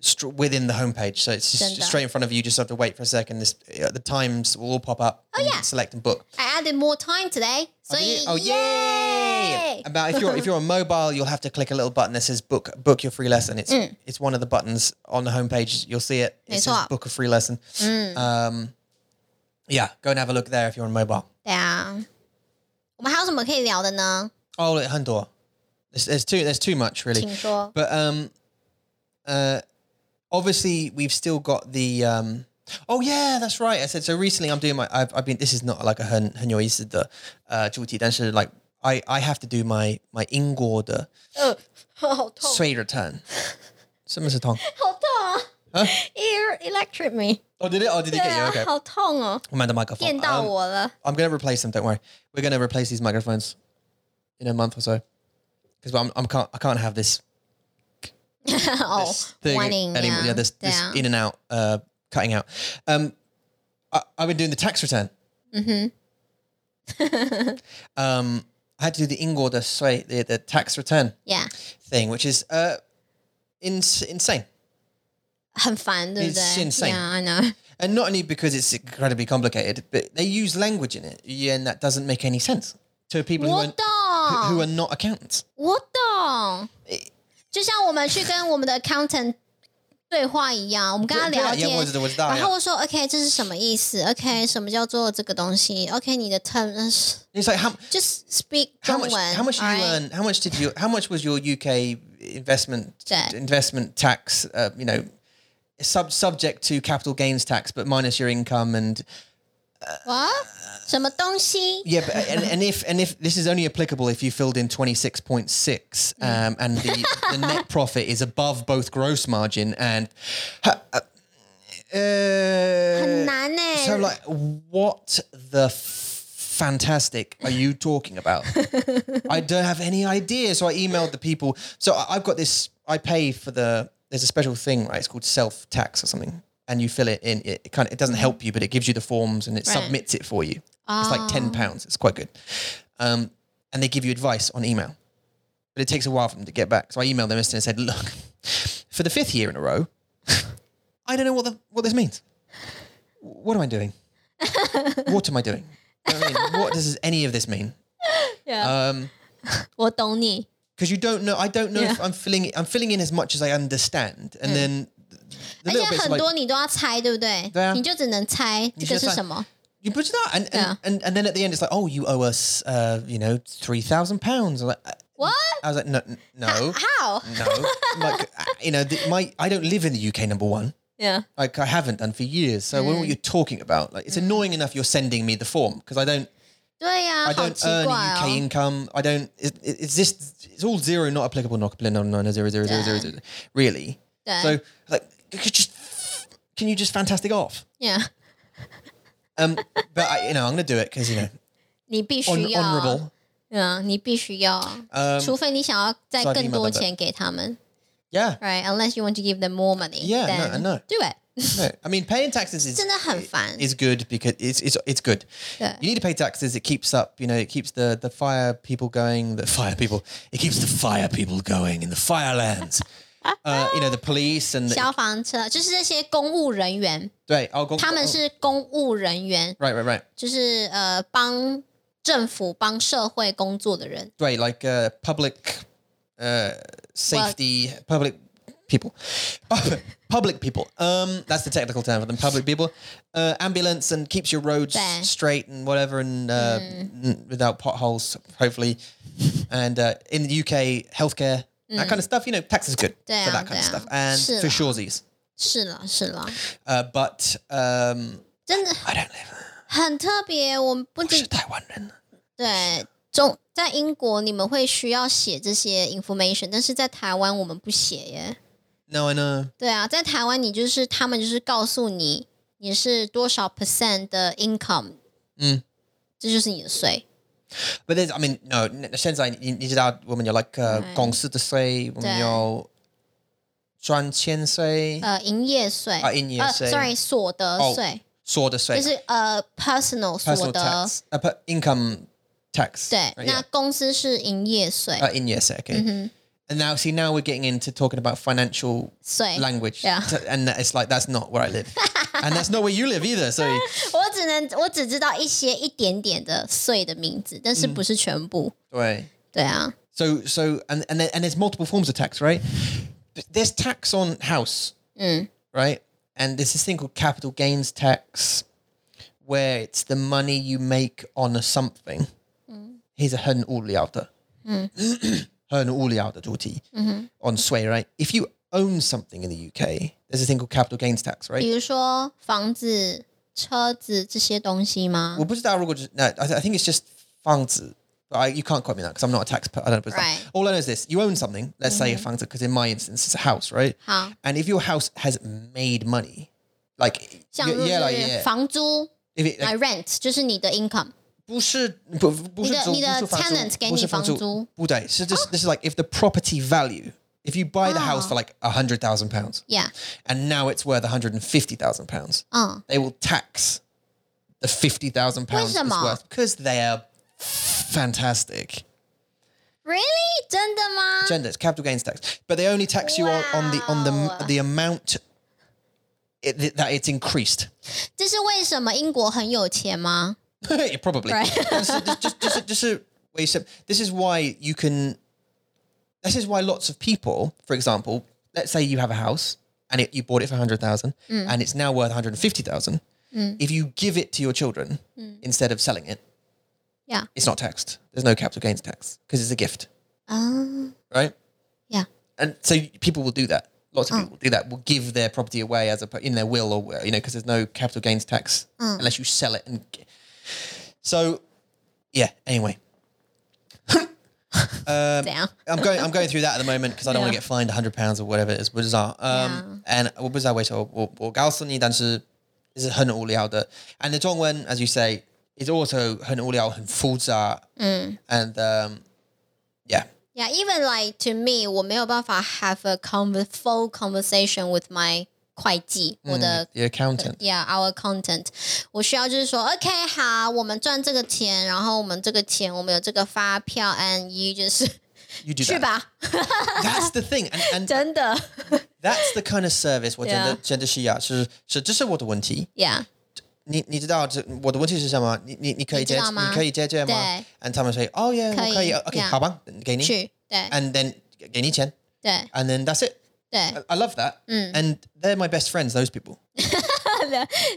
Speaker 1: str within the homepage. So it's just
Speaker 2: Send that.
Speaker 1: straight in front of you. You just have to wait for a second. This, uh, the times will all pop up. Oh, yeah. select and book.
Speaker 2: I added more time today，所以
Speaker 1: Oh, yay! About if you're if you're on mobile, you'll have to click a little button that says book book your free lesson. It's it's one of the buttons on the homepage. You'll see it. It says
Speaker 2: 没错。
Speaker 1: book a free lesson. Um, yeah, go and have a look there if you're on mobile.
Speaker 2: 对啊，我们还有什么可以聊的呢？
Speaker 1: Oh, look, Handor. There's, there's too there's too much really.
Speaker 2: 请说。
Speaker 1: But um, uh, obviously we've still got the um. Oh yeah, that's right. I said so. Recently, I'm doing my. I've, I've been. This is not like a 很很有意思的 uh 主题，但是 like I I have to do my my 英国的
Speaker 2: 呃， 好痛，
Speaker 1: 税 return. 什么是痛？
Speaker 2: 好痛啊！Ear electric me，
Speaker 1: Oh, did it? Oh, did it
Speaker 2: 对
Speaker 1: get you?
Speaker 2: 啊
Speaker 1: Okay.
Speaker 2: 好痛哦，
Speaker 1: I'm at the microphone.
Speaker 2: 电到
Speaker 1: Um,
Speaker 2: 我了。
Speaker 1: I'm going to replace them. Don't worry. We're going to replace these microphones in a month or so because I'm, I'm can't I can't have this
Speaker 2: 哦
Speaker 1: this thing
Speaker 2: ，warning，
Speaker 1: anymore. Oh, Yeah, this,
Speaker 2: 对
Speaker 1: this
Speaker 2: 啊，
Speaker 1: in and out, uh, cutting out. Um, I, I've been doing the tax return. Mm-hmm. um, I had to do the Ingorda Sway, the, the tax return
Speaker 2: 呀，
Speaker 1: thing, which is uh, ins- insane.
Speaker 2: 很烦，对不
Speaker 1: It's
Speaker 2: 对
Speaker 1: insane
Speaker 2: ？Yeah，I know。
Speaker 1: And not only because it's incredibly complicated, but they use language in it, yeah, and that doesn't make any sense to people who
Speaker 2: 我
Speaker 1: are,
Speaker 2: 懂，
Speaker 1: who are not accountants.
Speaker 2: 我懂，就像我们去跟我们的 accountant 对话一样，我们跟他
Speaker 1: 对对啊
Speaker 2: 聊
Speaker 1: 也我
Speaker 2: 天
Speaker 1: 知道我知，道呀
Speaker 2: 然后我说 OK，这是什么意思？OK，什么叫做这个东西？OK，你的 terms
Speaker 1: It's like how
Speaker 2: just speak
Speaker 1: how
Speaker 2: 中
Speaker 1: much
Speaker 2: 文。
Speaker 1: how much did you
Speaker 2: alright？
Speaker 1: earn? How much did you? How much was your UK investment
Speaker 2: Debt.
Speaker 1: investment tax? Uh, you know, sub subject to capital gains tax, but minus your income and
Speaker 2: 哇，什么东西？
Speaker 1: yeah. But, and, and if and if this is only applicable if you filled in twenty six point six, um, and the, the net profit is above both gross margin and. Ha- uh, uh,
Speaker 2: 很难呢、
Speaker 1: So, like, what the f- fantastic are you talking about? I don't have any idea. So I emailed the people. So I- I've got this. I pay for the. There's a special thing, right? It's called self tax or something, and you fill it in. It, it kind of it doesn't help you, but it gives you the forms and it
Speaker 2: Right.
Speaker 1: submits it for you. It's like ten pounds. It's quite good. Um, and they give you advice on email, but it takes a while for them to get back. So I emailed them yesterday and said, "Look, for the fifth year in a row, I don't know what the, what this means. What am I doing? what am I doing? You know what I mean, what does any of this mean?
Speaker 2: Yeah.
Speaker 1: Um,
Speaker 2: 我懂你。
Speaker 1: because you don't know. I don't know if
Speaker 2: Yeah. Hmm.
Speaker 1: I'm filling. I'm filling in as much as I understand, and then the
Speaker 2: 而
Speaker 1: little
Speaker 2: 且
Speaker 1: bits
Speaker 2: 很
Speaker 1: like
Speaker 2: 多你都要猜，对不对？
Speaker 1: 对啊
Speaker 2: 你就只能猜这个
Speaker 1: 就是猜
Speaker 2: 什么。
Speaker 1: you put it out, and and,
Speaker 2: Yeah.
Speaker 1: and and then at the end it's like, oh, you owe us, uh, you know, three thousand pounds. Like, I-
Speaker 2: What?
Speaker 1: I was like, no, n- no,
Speaker 2: How?
Speaker 1: no. like, uh, you know, the, my I don't live in the UK. Number one.
Speaker 2: Yeah.
Speaker 1: Like I haven't done for years, so I
Speaker 2: Hmm.
Speaker 1: wonder what you're talking about? Like it's annoying enough you're sending me the form because I don't,
Speaker 2: 对呀、
Speaker 1: I
Speaker 2: 好
Speaker 1: don't
Speaker 2: 奇
Speaker 1: earn a
Speaker 2: 怪
Speaker 1: UK
Speaker 2: 哦。
Speaker 1: income. I don't. It, it, it's just it's all zero, not applicable, not applicable, no, no, no, zero, zero, zero, zero, zero. Really,
Speaker 2: 对
Speaker 1: so like, you could just can you just fantastic off?
Speaker 2: Yeah，
Speaker 1: Um, but I, you know, I'm gonna do it because you know,
Speaker 2: 你必须
Speaker 1: hon-
Speaker 2: 要。
Speaker 1: honourable.
Speaker 2: 嗯，你必须要，
Speaker 1: Um,
Speaker 2: 除非你想要再
Speaker 1: so I've
Speaker 2: 更多
Speaker 1: emailed them
Speaker 2: 钱给他们
Speaker 1: yeah,
Speaker 2: ，right? Unless you want to give them more money.
Speaker 1: Yeah, no,
Speaker 2: then
Speaker 1: I know.
Speaker 2: Do it.
Speaker 1: no, I mean, paying taxes is
Speaker 2: 真的很烦。
Speaker 1: is good because it's it's it's good.
Speaker 2: Yeah.
Speaker 1: You need to pay taxes. It keeps up. You know, it keeps the the fire people going. The fire people. It keeps the fire people going in the firelands. uh, you know, the police and the,
Speaker 2: 消防车就是这些公务人员，
Speaker 1: right. I'll go.
Speaker 2: 他们
Speaker 1: oh,
Speaker 2: 是公务人员，
Speaker 1: right, right, right.
Speaker 2: 就是呃帮政府、帮社会工作的人。
Speaker 1: Right, like uh, public uh, safety, public people, public people. Um, that's the technical term for them. Public people, uh, ambulance, and keeps your roads
Speaker 2: Fair. Mm.
Speaker 1: straight and whatever, and uh, n- without potholes, hopefully. And uh, in the UK, healthcare, that kind of stuff. You know, tax is good for
Speaker 2: Yeah,
Speaker 1: that kind of
Speaker 2: yeah.
Speaker 1: stuff, and
Speaker 2: Mm. Sure.
Speaker 1: for surezies.
Speaker 2: 是啦，是啦，
Speaker 1: Uh, but um,
Speaker 2: 真的
Speaker 1: I don't live.
Speaker 2: 很特别。我们不仅
Speaker 1: Should I wonder?
Speaker 2: 对中在英国你们会需要写这些 information，但是在台湾我们不写耶。
Speaker 1: No, I know.
Speaker 2: 对啊，在台湾你就是他们就是告诉你你是多少 percent 的 income，
Speaker 1: 嗯，
Speaker 2: 这就是你的税。
Speaker 1: But there's, I mean, no, n- 现在你你知道，我们有like、uh,
Speaker 2: 对。
Speaker 1: 公司的税，我们有赚钱税、所得税，
Speaker 2: 呃，营业税
Speaker 1: 啊营业税
Speaker 2: 呃、，sorry，所得
Speaker 1: 哦
Speaker 2: 税、就是呃 personal 所
Speaker 1: personal
Speaker 2: 得
Speaker 1: tax, 哎 uh, per- income tax.
Speaker 2: 对
Speaker 1: right,
Speaker 2: 那公司是营业税
Speaker 1: yeah. uh, 营业税 okay. And now, see, now we're getting into talking about financial
Speaker 2: 税啊
Speaker 1: language,
Speaker 2: yeah.
Speaker 1: So- and it's like that's not where I live, and that's not where you live either. So
Speaker 2: 我只能我只知道一些一点点的税的名字，但
Speaker 1: 嗯
Speaker 2: 是不是全部。
Speaker 1: right.
Speaker 2: 对啊，
Speaker 1: So so and and there- and there's multiple forms of tax, right? But There's tax on house, right? And there's this thing called capital gains tax, where it's the money you make on a something. Here's a hun uliauta. Hun uliauta duty on sway, right? If you own something in the UK, there's a thing called capital gains tax, right?
Speaker 2: 比如说房子、车子这些东西吗
Speaker 1: 我不知道如果就是- no, I, th- I think it's just 房子. But I, you can't quote me on that because I'm not a taxpayer. I don't know.
Speaker 2: Right. Mm-hmm.
Speaker 1: All I know is this: you own something. Let's say a fangzi, because in my instance, it's a house, right?
Speaker 2: 好。
Speaker 1: And if your house has made money, like
Speaker 2: 像
Speaker 1: yeah,
Speaker 2: 如果
Speaker 1: yeah, like
Speaker 2: 是
Speaker 1: yeah.
Speaker 2: 房租
Speaker 1: If it, like,
Speaker 2: 来 rent 就是你的 income，
Speaker 1: 不是-不-不是
Speaker 2: 你的-
Speaker 1: 租-
Speaker 2: 你的
Speaker 1: 不是房租，
Speaker 2: tenant 给你
Speaker 1: 不是房租，
Speaker 2: 房租。
Speaker 1: 不对，So this this is like if the property value, if you buy the house for like a hundred thousand pounds,
Speaker 2: Yeah.
Speaker 1: and now it's worth 150,000 pounds.
Speaker 2: Oh.
Speaker 1: They will tax the 50,000 pounds it's
Speaker 2: Wisdom.
Speaker 1: worth because they are fantastic.
Speaker 2: Really？真的吗？
Speaker 1: Gender, it's capital gains tax, but they only tax you on, on the on the
Speaker 2: Wow.
Speaker 1: the amount it, that it's increased.
Speaker 2: 这是为什么英国很有钱吗？
Speaker 1: Yeah, probably.
Speaker 2: Right.
Speaker 1: just, just, just, just, just a way you said- this is why you can. This is why lots of people, for example, let's say you have a house and it, you bought it for 100,000 and it's now worth 150,000, if you give it to your children instead of selling it,
Speaker 2: Yeah.
Speaker 1: it's not taxed. There's no capital gains tax because it's a gift,
Speaker 2: Um,
Speaker 1: right?
Speaker 2: yeah.
Speaker 1: And so people will do that. Lots of people will do that. Will give their property away as a in their will or you know because there's no capital gains tax unless you sell it and g- so yeah, anyway.
Speaker 2: Down.
Speaker 1: I'm going. I'm going through that at the moment because I don't want to get fined 100 pounds or whatever it is. Um, 不知道。嗯，and 我不知道为什么我我告诉你，但是是很无聊的。And the 中文 as you say is also 很无聊，很复杂。And um, yeah,
Speaker 2: Yeah, even like to me, 我没有办法 have a conver- full conversation with my 会计，我的
Speaker 1: the accountant.
Speaker 2: Yeah, our content. 我需要就是说，OK，好，我们赚这个钱，然后我们这个钱，我们有这个发票，and you 就是
Speaker 1: You do
Speaker 2: 去
Speaker 1: that.
Speaker 2: 吧，
Speaker 1: That's the thing. And, and
Speaker 2: 真的
Speaker 1: that's the kind of service
Speaker 2: 对啊。
Speaker 1: 我真的真的是要是是这是我的问题。
Speaker 2: ，Yeah，
Speaker 1: 你你知道这我的问题是什么？你你你可以接
Speaker 2: 你知道吗
Speaker 1: 你可以接这吗
Speaker 2: 对
Speaker 1: ？And 他们说，Oh yeah，
Speaker 2: 可以
Speaker 1: 我可以，OK，
Speaker 2: yeah
Speaker 1: 好吧，给你。
Speaker 2: 去，对
Speaker 1: And then 给你钱
Speaker 2: 对
Speaker 1: ，And then that's it。
Speaker 2: 对，
Speaker 1: I love that.
Speaker 2: Mm.
Speaker 1: And they're my best friends. Those people.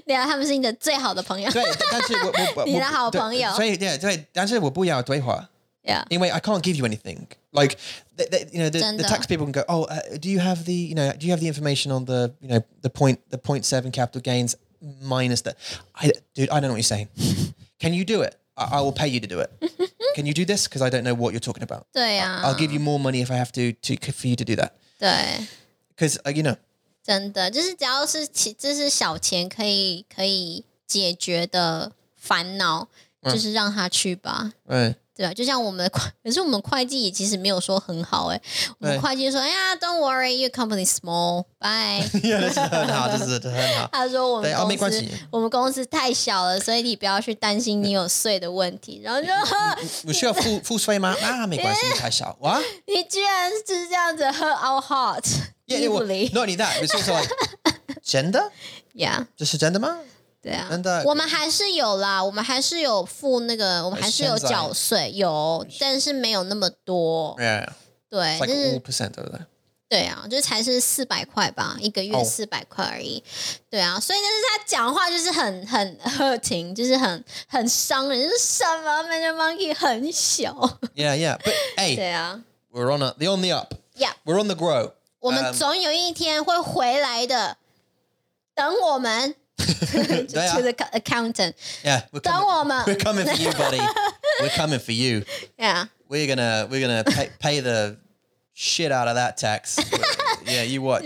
Speaker 2: 对啊，他们是你的最好的朋友
Speaker 1: 对，但是我我我
Speaker 2: 你的好朋友。
Speaker 1: 所以对对，但是我不要对话，因为
Speaker 2: ，Yeah，
Speaker 1: I can't give you anything. Like, they, they, you know, the, the
Speaker 2: 真的。
Speaker 1: tax people can go, oh, uh, do you have the, you know, do you have the information on the, you know, the point, the point seven capital gains minus that? I, dude, I don't know what you're saying. Can you do it? I, I will pay you to do it. can you do this? Because I don't know what you're talking about.
Speaker 2: 对啊
Speaker 1: I'll，give
Speaker 2: Ah.
Speaker 1: you more money if I have to, to for you to do that.
Speaker 2: 对。
Speaker 1: Because uh, you know,
Speaker 2: 真的，就是只要是其这是小钱可以可以解决的烦恼，
Speaker 1: 嗯
Speaker 2: 就是让他去吧，
Speaker 1: right.
Speaker 2: 对啊吧？就像我们的会， 可是我们会计也其实没有说很好哎、我们
Speaker 1: 对
Speaker 2: 会计就说：“哎呀，Don't worry, your company is small, bye。
Speaker 1: yeah, this is her now. This is her ”
Speaker 2: 他说：“我们
Speaker 1: 对啊没
Speaker 2: 公
Speaker 1: 关
Speaker 2: 司
Speaker 1: 系，
Speaker 2: 我们公司太小了，所以你不要去担心你有税的问题。”然后就呵
Speaker 1: 我需要付付税吗？啊，没关系，太小哇。
Speaker 2: 你居然是这样子喝 out hot，
Speaker 1: Yeah,
Speaker 2: 理
Speaker 1: yeah,
Speaker 2: 不
Speaker 1: well,
Speaker 2: 理
Speaker 1: not only that, but it's also like gender.
Speaker 2: ？Yeah。
Speaker 1: Just gender man.
Speaker 2: 对啊，
Speaker 1: 真的
Speaker 2: 我们还是有啦，我们还是有付那个，我们还是有缴税，有，但是呃没有那么多。
Speaker 1: Yeah,
Speaker 2: 对，
Speaker 1: it's
Speaker 2: 就
Speaker 1: like
Speaker 2: 是
Speaker 1: all percent over there.
Speaker 2: 对啊，就才是四百块吧，一个月
Speaker 1: 哦
Speaker 2: 四百块而已。对啊，所以但是他讲话就是很很 hurting，就是很很伤人，就是什么 m a n Monkey 很小。
Speaker 1: Yeah, yeah. But hey,
Speaker 2: 对啊
Speaker 1: we're on a, the on the up.
Speaker 2: ，Yeah，
Speaker 1: We're on the grow. 嗯
Speaker 2: 我们总有一天会回来的，等 我们 to
Speaker 1: 对啊
Speaker 2: the accountant，
Speaker 1: Yeah, we're
Speaker 2: 等
Speaker 1: coming,
Speaker 2: 我们
Speaker 1: we're coming for you, buddy. We're coming for you.
Speaker 2: ，Yeah。
Speaker 1: We're gonna we're gonna pay, pay the shit out of that tax. yeah, you watch.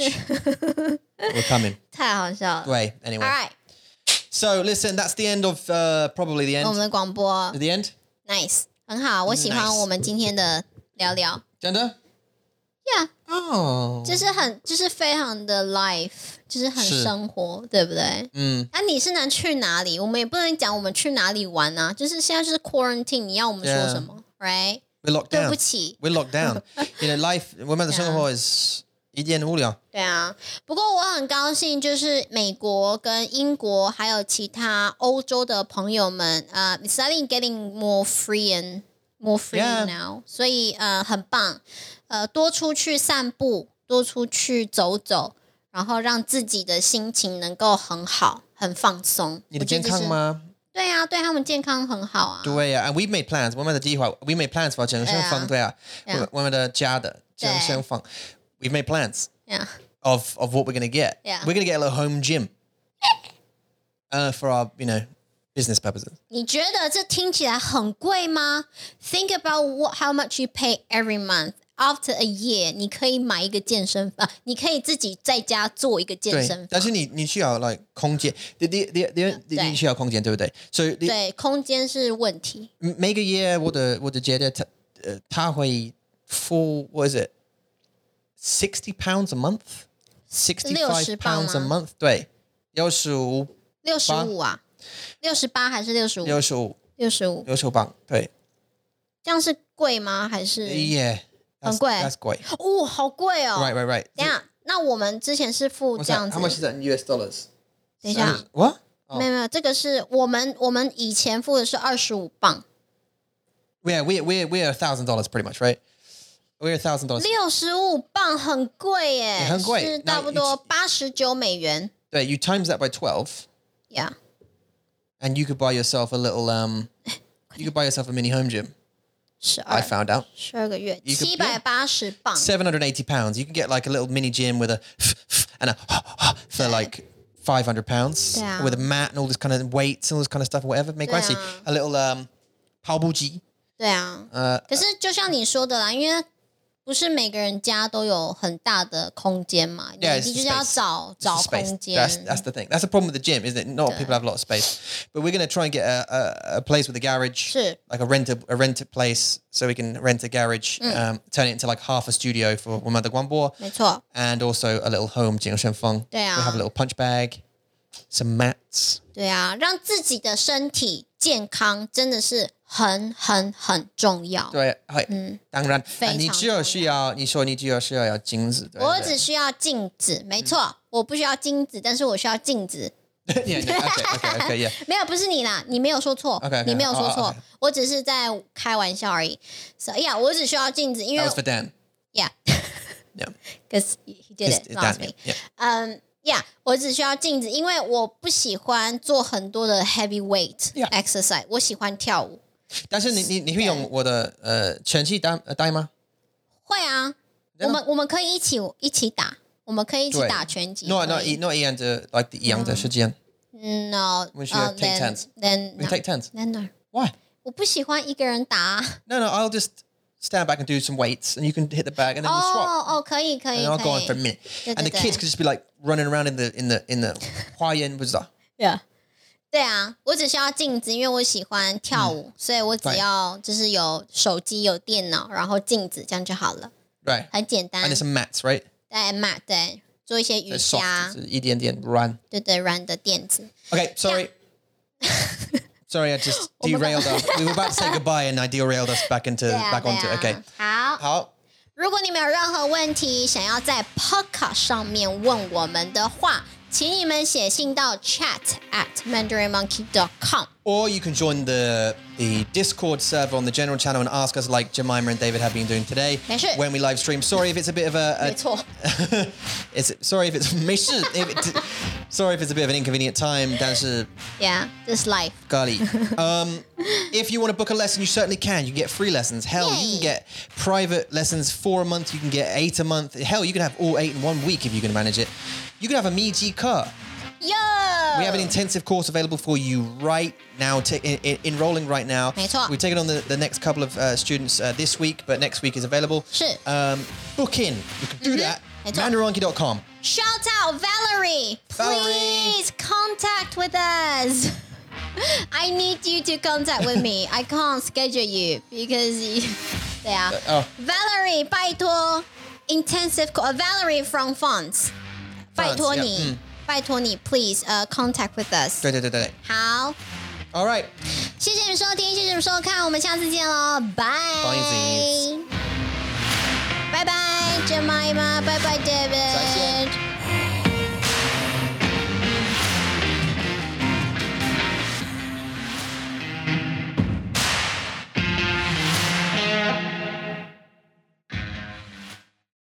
Speaker 1: We're coming.
Speaker 2: 太好笑了。
Speaker 1: Way anyway.
Speaker 2: All right，
Speaker 1: So listen, that's the end of uh, probably the
Speaker 2: 我
Speaker 1: end.
Speaker 2: 们的广播
Speaker 1: The end.
Speaker 2: nice，很好，我喜
Speaker 1: 嗯 Nice
Speaker 2: 欢我们今天的聊聊。
Speaker 1: Gender.
Speaker 2: Yeah，
Speaker 1: Oh.
Speaker 2: 就是很，就是非常的 life，就是很
Speaker 1: 是
Speaker 2: 生活，对不对？
Speaker 1: 嗯，
Speaker 2: 啊，你是能去哪里？我们也不能讲我们去哪里玩啊，就是现在就是 quarantine，你要我们说
Speaker 1: Yeah
Speaker 2: 什么？Right？
Speaker 1: We're locked
Speaker 2: 对
Speaker 1: down.
Speaker 2: 不起，
Speaker 1: We're locked down. you know, life. 我们的生活is一点无聊。
Speaker 2: 对啊，不过我很高兴，就是美国跟英国还有其他欧洲的朋友们，呃、i t s starting getting more free and more free
Speaker 1: Yeah.
Speaker 2: now，所以呃很棒，呃多出去散步，多出去走走，然后让自己的心情能够很好，很放松。我觉
Speaker 1: 你
Speaker 2: 得这是？
Speaker 1: 的健康吗？
Speaker 2: 对啊，对他们健康很好啊。
Speaker 1: 对啊，and we made plans. 我们的计划- we made plans for 整个生活，对啊，
Speaker 2: 对啊。
Speaker 1: 我们的家的整个生活。We've made plans
Speaker 2: Yeah,
Speaker 1: of of what we're gonna get.
Speaker 2: Yeah.
Speaker 1: We're gonna get a little home gym. Uh, for our you know business purposes.
Speaker 2: 你觉得这听起来很贵吗？Think about what how much you pay every month. After a year，你可以买一个健身房，你可以自己在家做一个健身
Speaker 1: 对，
Speaker 2: 房。
Speaker 1: 但是你-你需要 like 空间，你-你-你-你-你-
Speaker 2: 对。
Speaker 1: 你需要空间，对不对？所以你
Speaker 2: 对，空间是问题。
Speaker 1: 每个月我的-我的姐姐她-呃，她会 full- what is it sixty pounds a month sixty five
Speaker 2: 60
Speaker 1: pounds a
Speaker 2: 磅吗？
Speaker 1: month 对，六十五
Speaker 2: 六十五啊，六十八还是六十五？
Speaker 1: 六十五
Speaker 2: 六十五，
Speaker 1: 六十五磅对
Speaker 2: 这样是贵吗？还是？
Speaker 1: yeah that's-
Speaker 2: 很贵。
Speaker 1: that's 贵
Speaker 2: 哦，好贵哦！
Speaker 1: right right right
Speaker 2: 等一下，那我们之前是付
Speaker 1: What's
Speaker 2: 这样
Speaker 1: that?
Speaker 2: 子
Speaker 1: how much is that in US dollars
Speaker 2: 等一下。
Speaker 1: That is- what
Speaker 2: 没有没有，这个是我们我们以前付的是二十五磅，
Speaker 1: yeah we we we're a thousand dollars pretty much right We're a thousand dollars.
Speaker 2: 六十五磅很贵耶，
Speaker 1: 很贵
Speaker 2: 是
Speaker 1: 那
Speaker 2: 差不多
Speaker 1: it's-
Speaker 2: 八十九美元。
Speaker 1: You times that by twelve,
Speaker 2: Yeah，
Speaker 1: and you could buy yourself a little um, you could buy yourself a mini home gym.
Speaker 2: 十
Speaker 1: I
Speaker 2: 二
Speaker 1: found out
Speaker 2: 十二个月，
Speaker 1: You could-
Speaker 2: 七百八十磅。
Speaker 1: seven hundred eighty pounds. You can get like a little mini gym with a and a for like. 500 pounds
Speaker 2: Yeah.
Speaker 1: with a mat and all this kind of weights and all this kind of stuff, whatever. Make yeah.
Speaker 2: Yeah.
Speaker 1: a little um, 跑步机.
Speaker 2: 对啊，
Speaker 1: 呃
Speaker 2: 可是就像你说的啦，因为不是每个人家都有很大的空间嘛，你
Speaker 1: Yeah, it's
Speaker 2: 必
Speaker 1: the
Speaker 2: 须要
Speaker 1: space. It's the
Speaker 2: 找找
Speaker 1: space. That's
Speaker 2: 空间。
Speaker 1: that's the thing. That's the problem with the gym, isn't it? Not people have a lot of space, but we're going to try and get a, a, a place with a garage,
Speaker 2: Sure.
Speaker 1: like a rent a rented place, so we can rent a garage,
Speaker 2: Mm.
Speaker 1: um, turn it into like half a studio for Wamada Guanbo,
Speaker 2: 没错，
Speaker 1: and also a little home, Jingle Shen Feng.
Speaker 2: Yeah.
Speaker 1: We have a little punch bag, some mats.
Speaker 2: 对啊，让自己的身体健康真的是很很很重要。
Speaker 1: 对，当然，你只有需要，你说你只有需要有金子，对
Speaker 2: 我 只需要镜子，没
Speaker 1: 嗯
Speaker 2: 错，我不需要金子，但是我需要镜子。
Speaker 1: yeah, no, okay, okay, okay, yeah.
Speaker 2: 没有，不是你啦，你没有说错
Speaker 1: OK，OK，
Speaker 2: 你没有说错
Speaker 1: 哦哦，OK
Speaker 2: 我只是在开玩笑而已。So yeah，我只需要镜子，因
Speaker 1: That
Speaker 2: 为
Speaker 1: was for Dan. Yeah.
Speaker 2: yeah，because he did it
Speaker 1: It's-
Speaker 2: last
Speaker 1: Dan,
Speaker 2: week。
Speaker 1: yeah.
Speaker 2: 嗯，yeah，我只需要镜子，因为我不喜欢做很多的 heavy weight
Speaker 1: Yeah
Speaker 2: exercise，我喜欢跳舞。
Speaker 1: 但是你你你会用我的呃拳击带呃带吗？
Speaker 2: 会啊，
Speaker 1: 真的
Speaker 2: 我们我们可以一起一起打，我们可以一起
Speaker 1: 对
Speaker 2: 打拳击。
Speaker 1: 那那
Speaker 2: 可以
Speaker 1: 一那一样的 like 一样的时间。
Speaker 2: 嗯 no，
Speaker 1: We should
Speaker 2: 呃
Speaker 1: take
Speaker 2: then
Speaker 1: turns.
Speaker 2: then
Speaker 1: We
Speaker 2: no
Speaker 1: take turns.
Speaker 2: then no，
Speaker 1: Why?
Speaker 2: 我不喜欢一个人打啊。
Speaker 1: No, no. I'll just stand back and do some weights, and you can hit the bag, and then we'll swap.
Speaker 2: 哦哦，可以可
Speaker 1: And
Speaker 2: 以
Speaker 1: I'll go
Speaker 2: 可
Speaker 1: on for a
Speaker 2: 以。
Speaker 1: minute,
Speaker 2: Yeah,
Speaker 1: and the
Speaker 2: yeah,
Speaker 1: kids
Speaker 2: yeah.
Speaker 1: could just be like running around in the in the in the 花园不知道。
Speaker 2: Yeah. 对啊，我只需要镜子，因为我喜欢跳
Speaker 1: 嗯
Speaker 2: 舞，所以我只
Speaker 1: Right.
Speaker 2: 要就是有手机、有电脑，然后镜子，这样就好了，
Speaker 1: Right.
Speaker 2: 很简单
Speaker 1: And。there's some mats, right?
Speaker 2: 对，mat 对，做一些瑜
Speaker 1: They're soft.
Speaker 2: 伽，
Speaker 1: it's a 一点点 run.
Speaker 2: 对对，软的垫子。
Speaker 1: Okay, sorry. sorry, I just derailed us. We were about to say goodbye, and I derailed us back into
Speaker 2: 对啊
Speaker 1: back
Speaker 2: 对
Speaker 1: onto. Okay.
Speaker 2: 啊。好，
Speaker 1: 好，
Speaker 2: 如果你们有任何问题想要在 Podcast 上面问我们的话，请你们写信到 chat at mandarinmonkey.com。
Speaker 1: Or you can join the the Discord server on the general channel and ask us like Jemima and David have been doing today
Speaker 2: That's it.
Speaker 1: when we live stream. Sorry if it's a bit of a,
Speaker 2: 没
Speaker 1: a
Speaker 2: 错，
Speaker 1: it's sorry if it's if it, sorry if it's a bit of an inconvenient time. That's a
Speaker 2: ，Yeah，this life。
Speaker 1: golly. Um, if you want to book a lesson, you certainly can. You can get free lessons. Hell, you
Speaker 2: Yay.
Speaker 1: can get private lessons four a month. You can get eight a month. Hell, you can have all eight in one week if you can manage it. You can have a Miji car.
Speaker 2: Yo，
Speaker 1: We have an intensive course available for you right now, ta- in, in, enrolling right now.
Speaker 2: 没错。
Speaker 1: We've taken on the, the next couple of uh, students uh, this week, but next week is available.
Speaker 2: 是。
Speaker 1: Um, book in. You can do that.
Speaker 2: 没错。
Speaker 1: Mandaranki.com.
Speaker 2: Shout out Valerie.
Speaker 1: Valerie.
Speaker 2: Please contact with us. I need you to contact with me. I can't schedule you because you, they are.
Speaker 1: oh.
Speaker 2: Valerie, 拜托 intensive call. Valerie from France.
Speaker 1: France,
Speaker 2: 拜托你
Speaker 1: yeah, mm.
Speaker 2: 拜托你 please uh, contact with us.
Speaker 1: 对，对，对，对，对。All right.
Speaker 2: 好，谢谢你们收听，谢谢你们收看，我们下次见喽，拜
Speaker 1: Bye, Zs.
Speaker 2: 拜拜，Jemima，拜拜，David，
Speaker 1: 再见。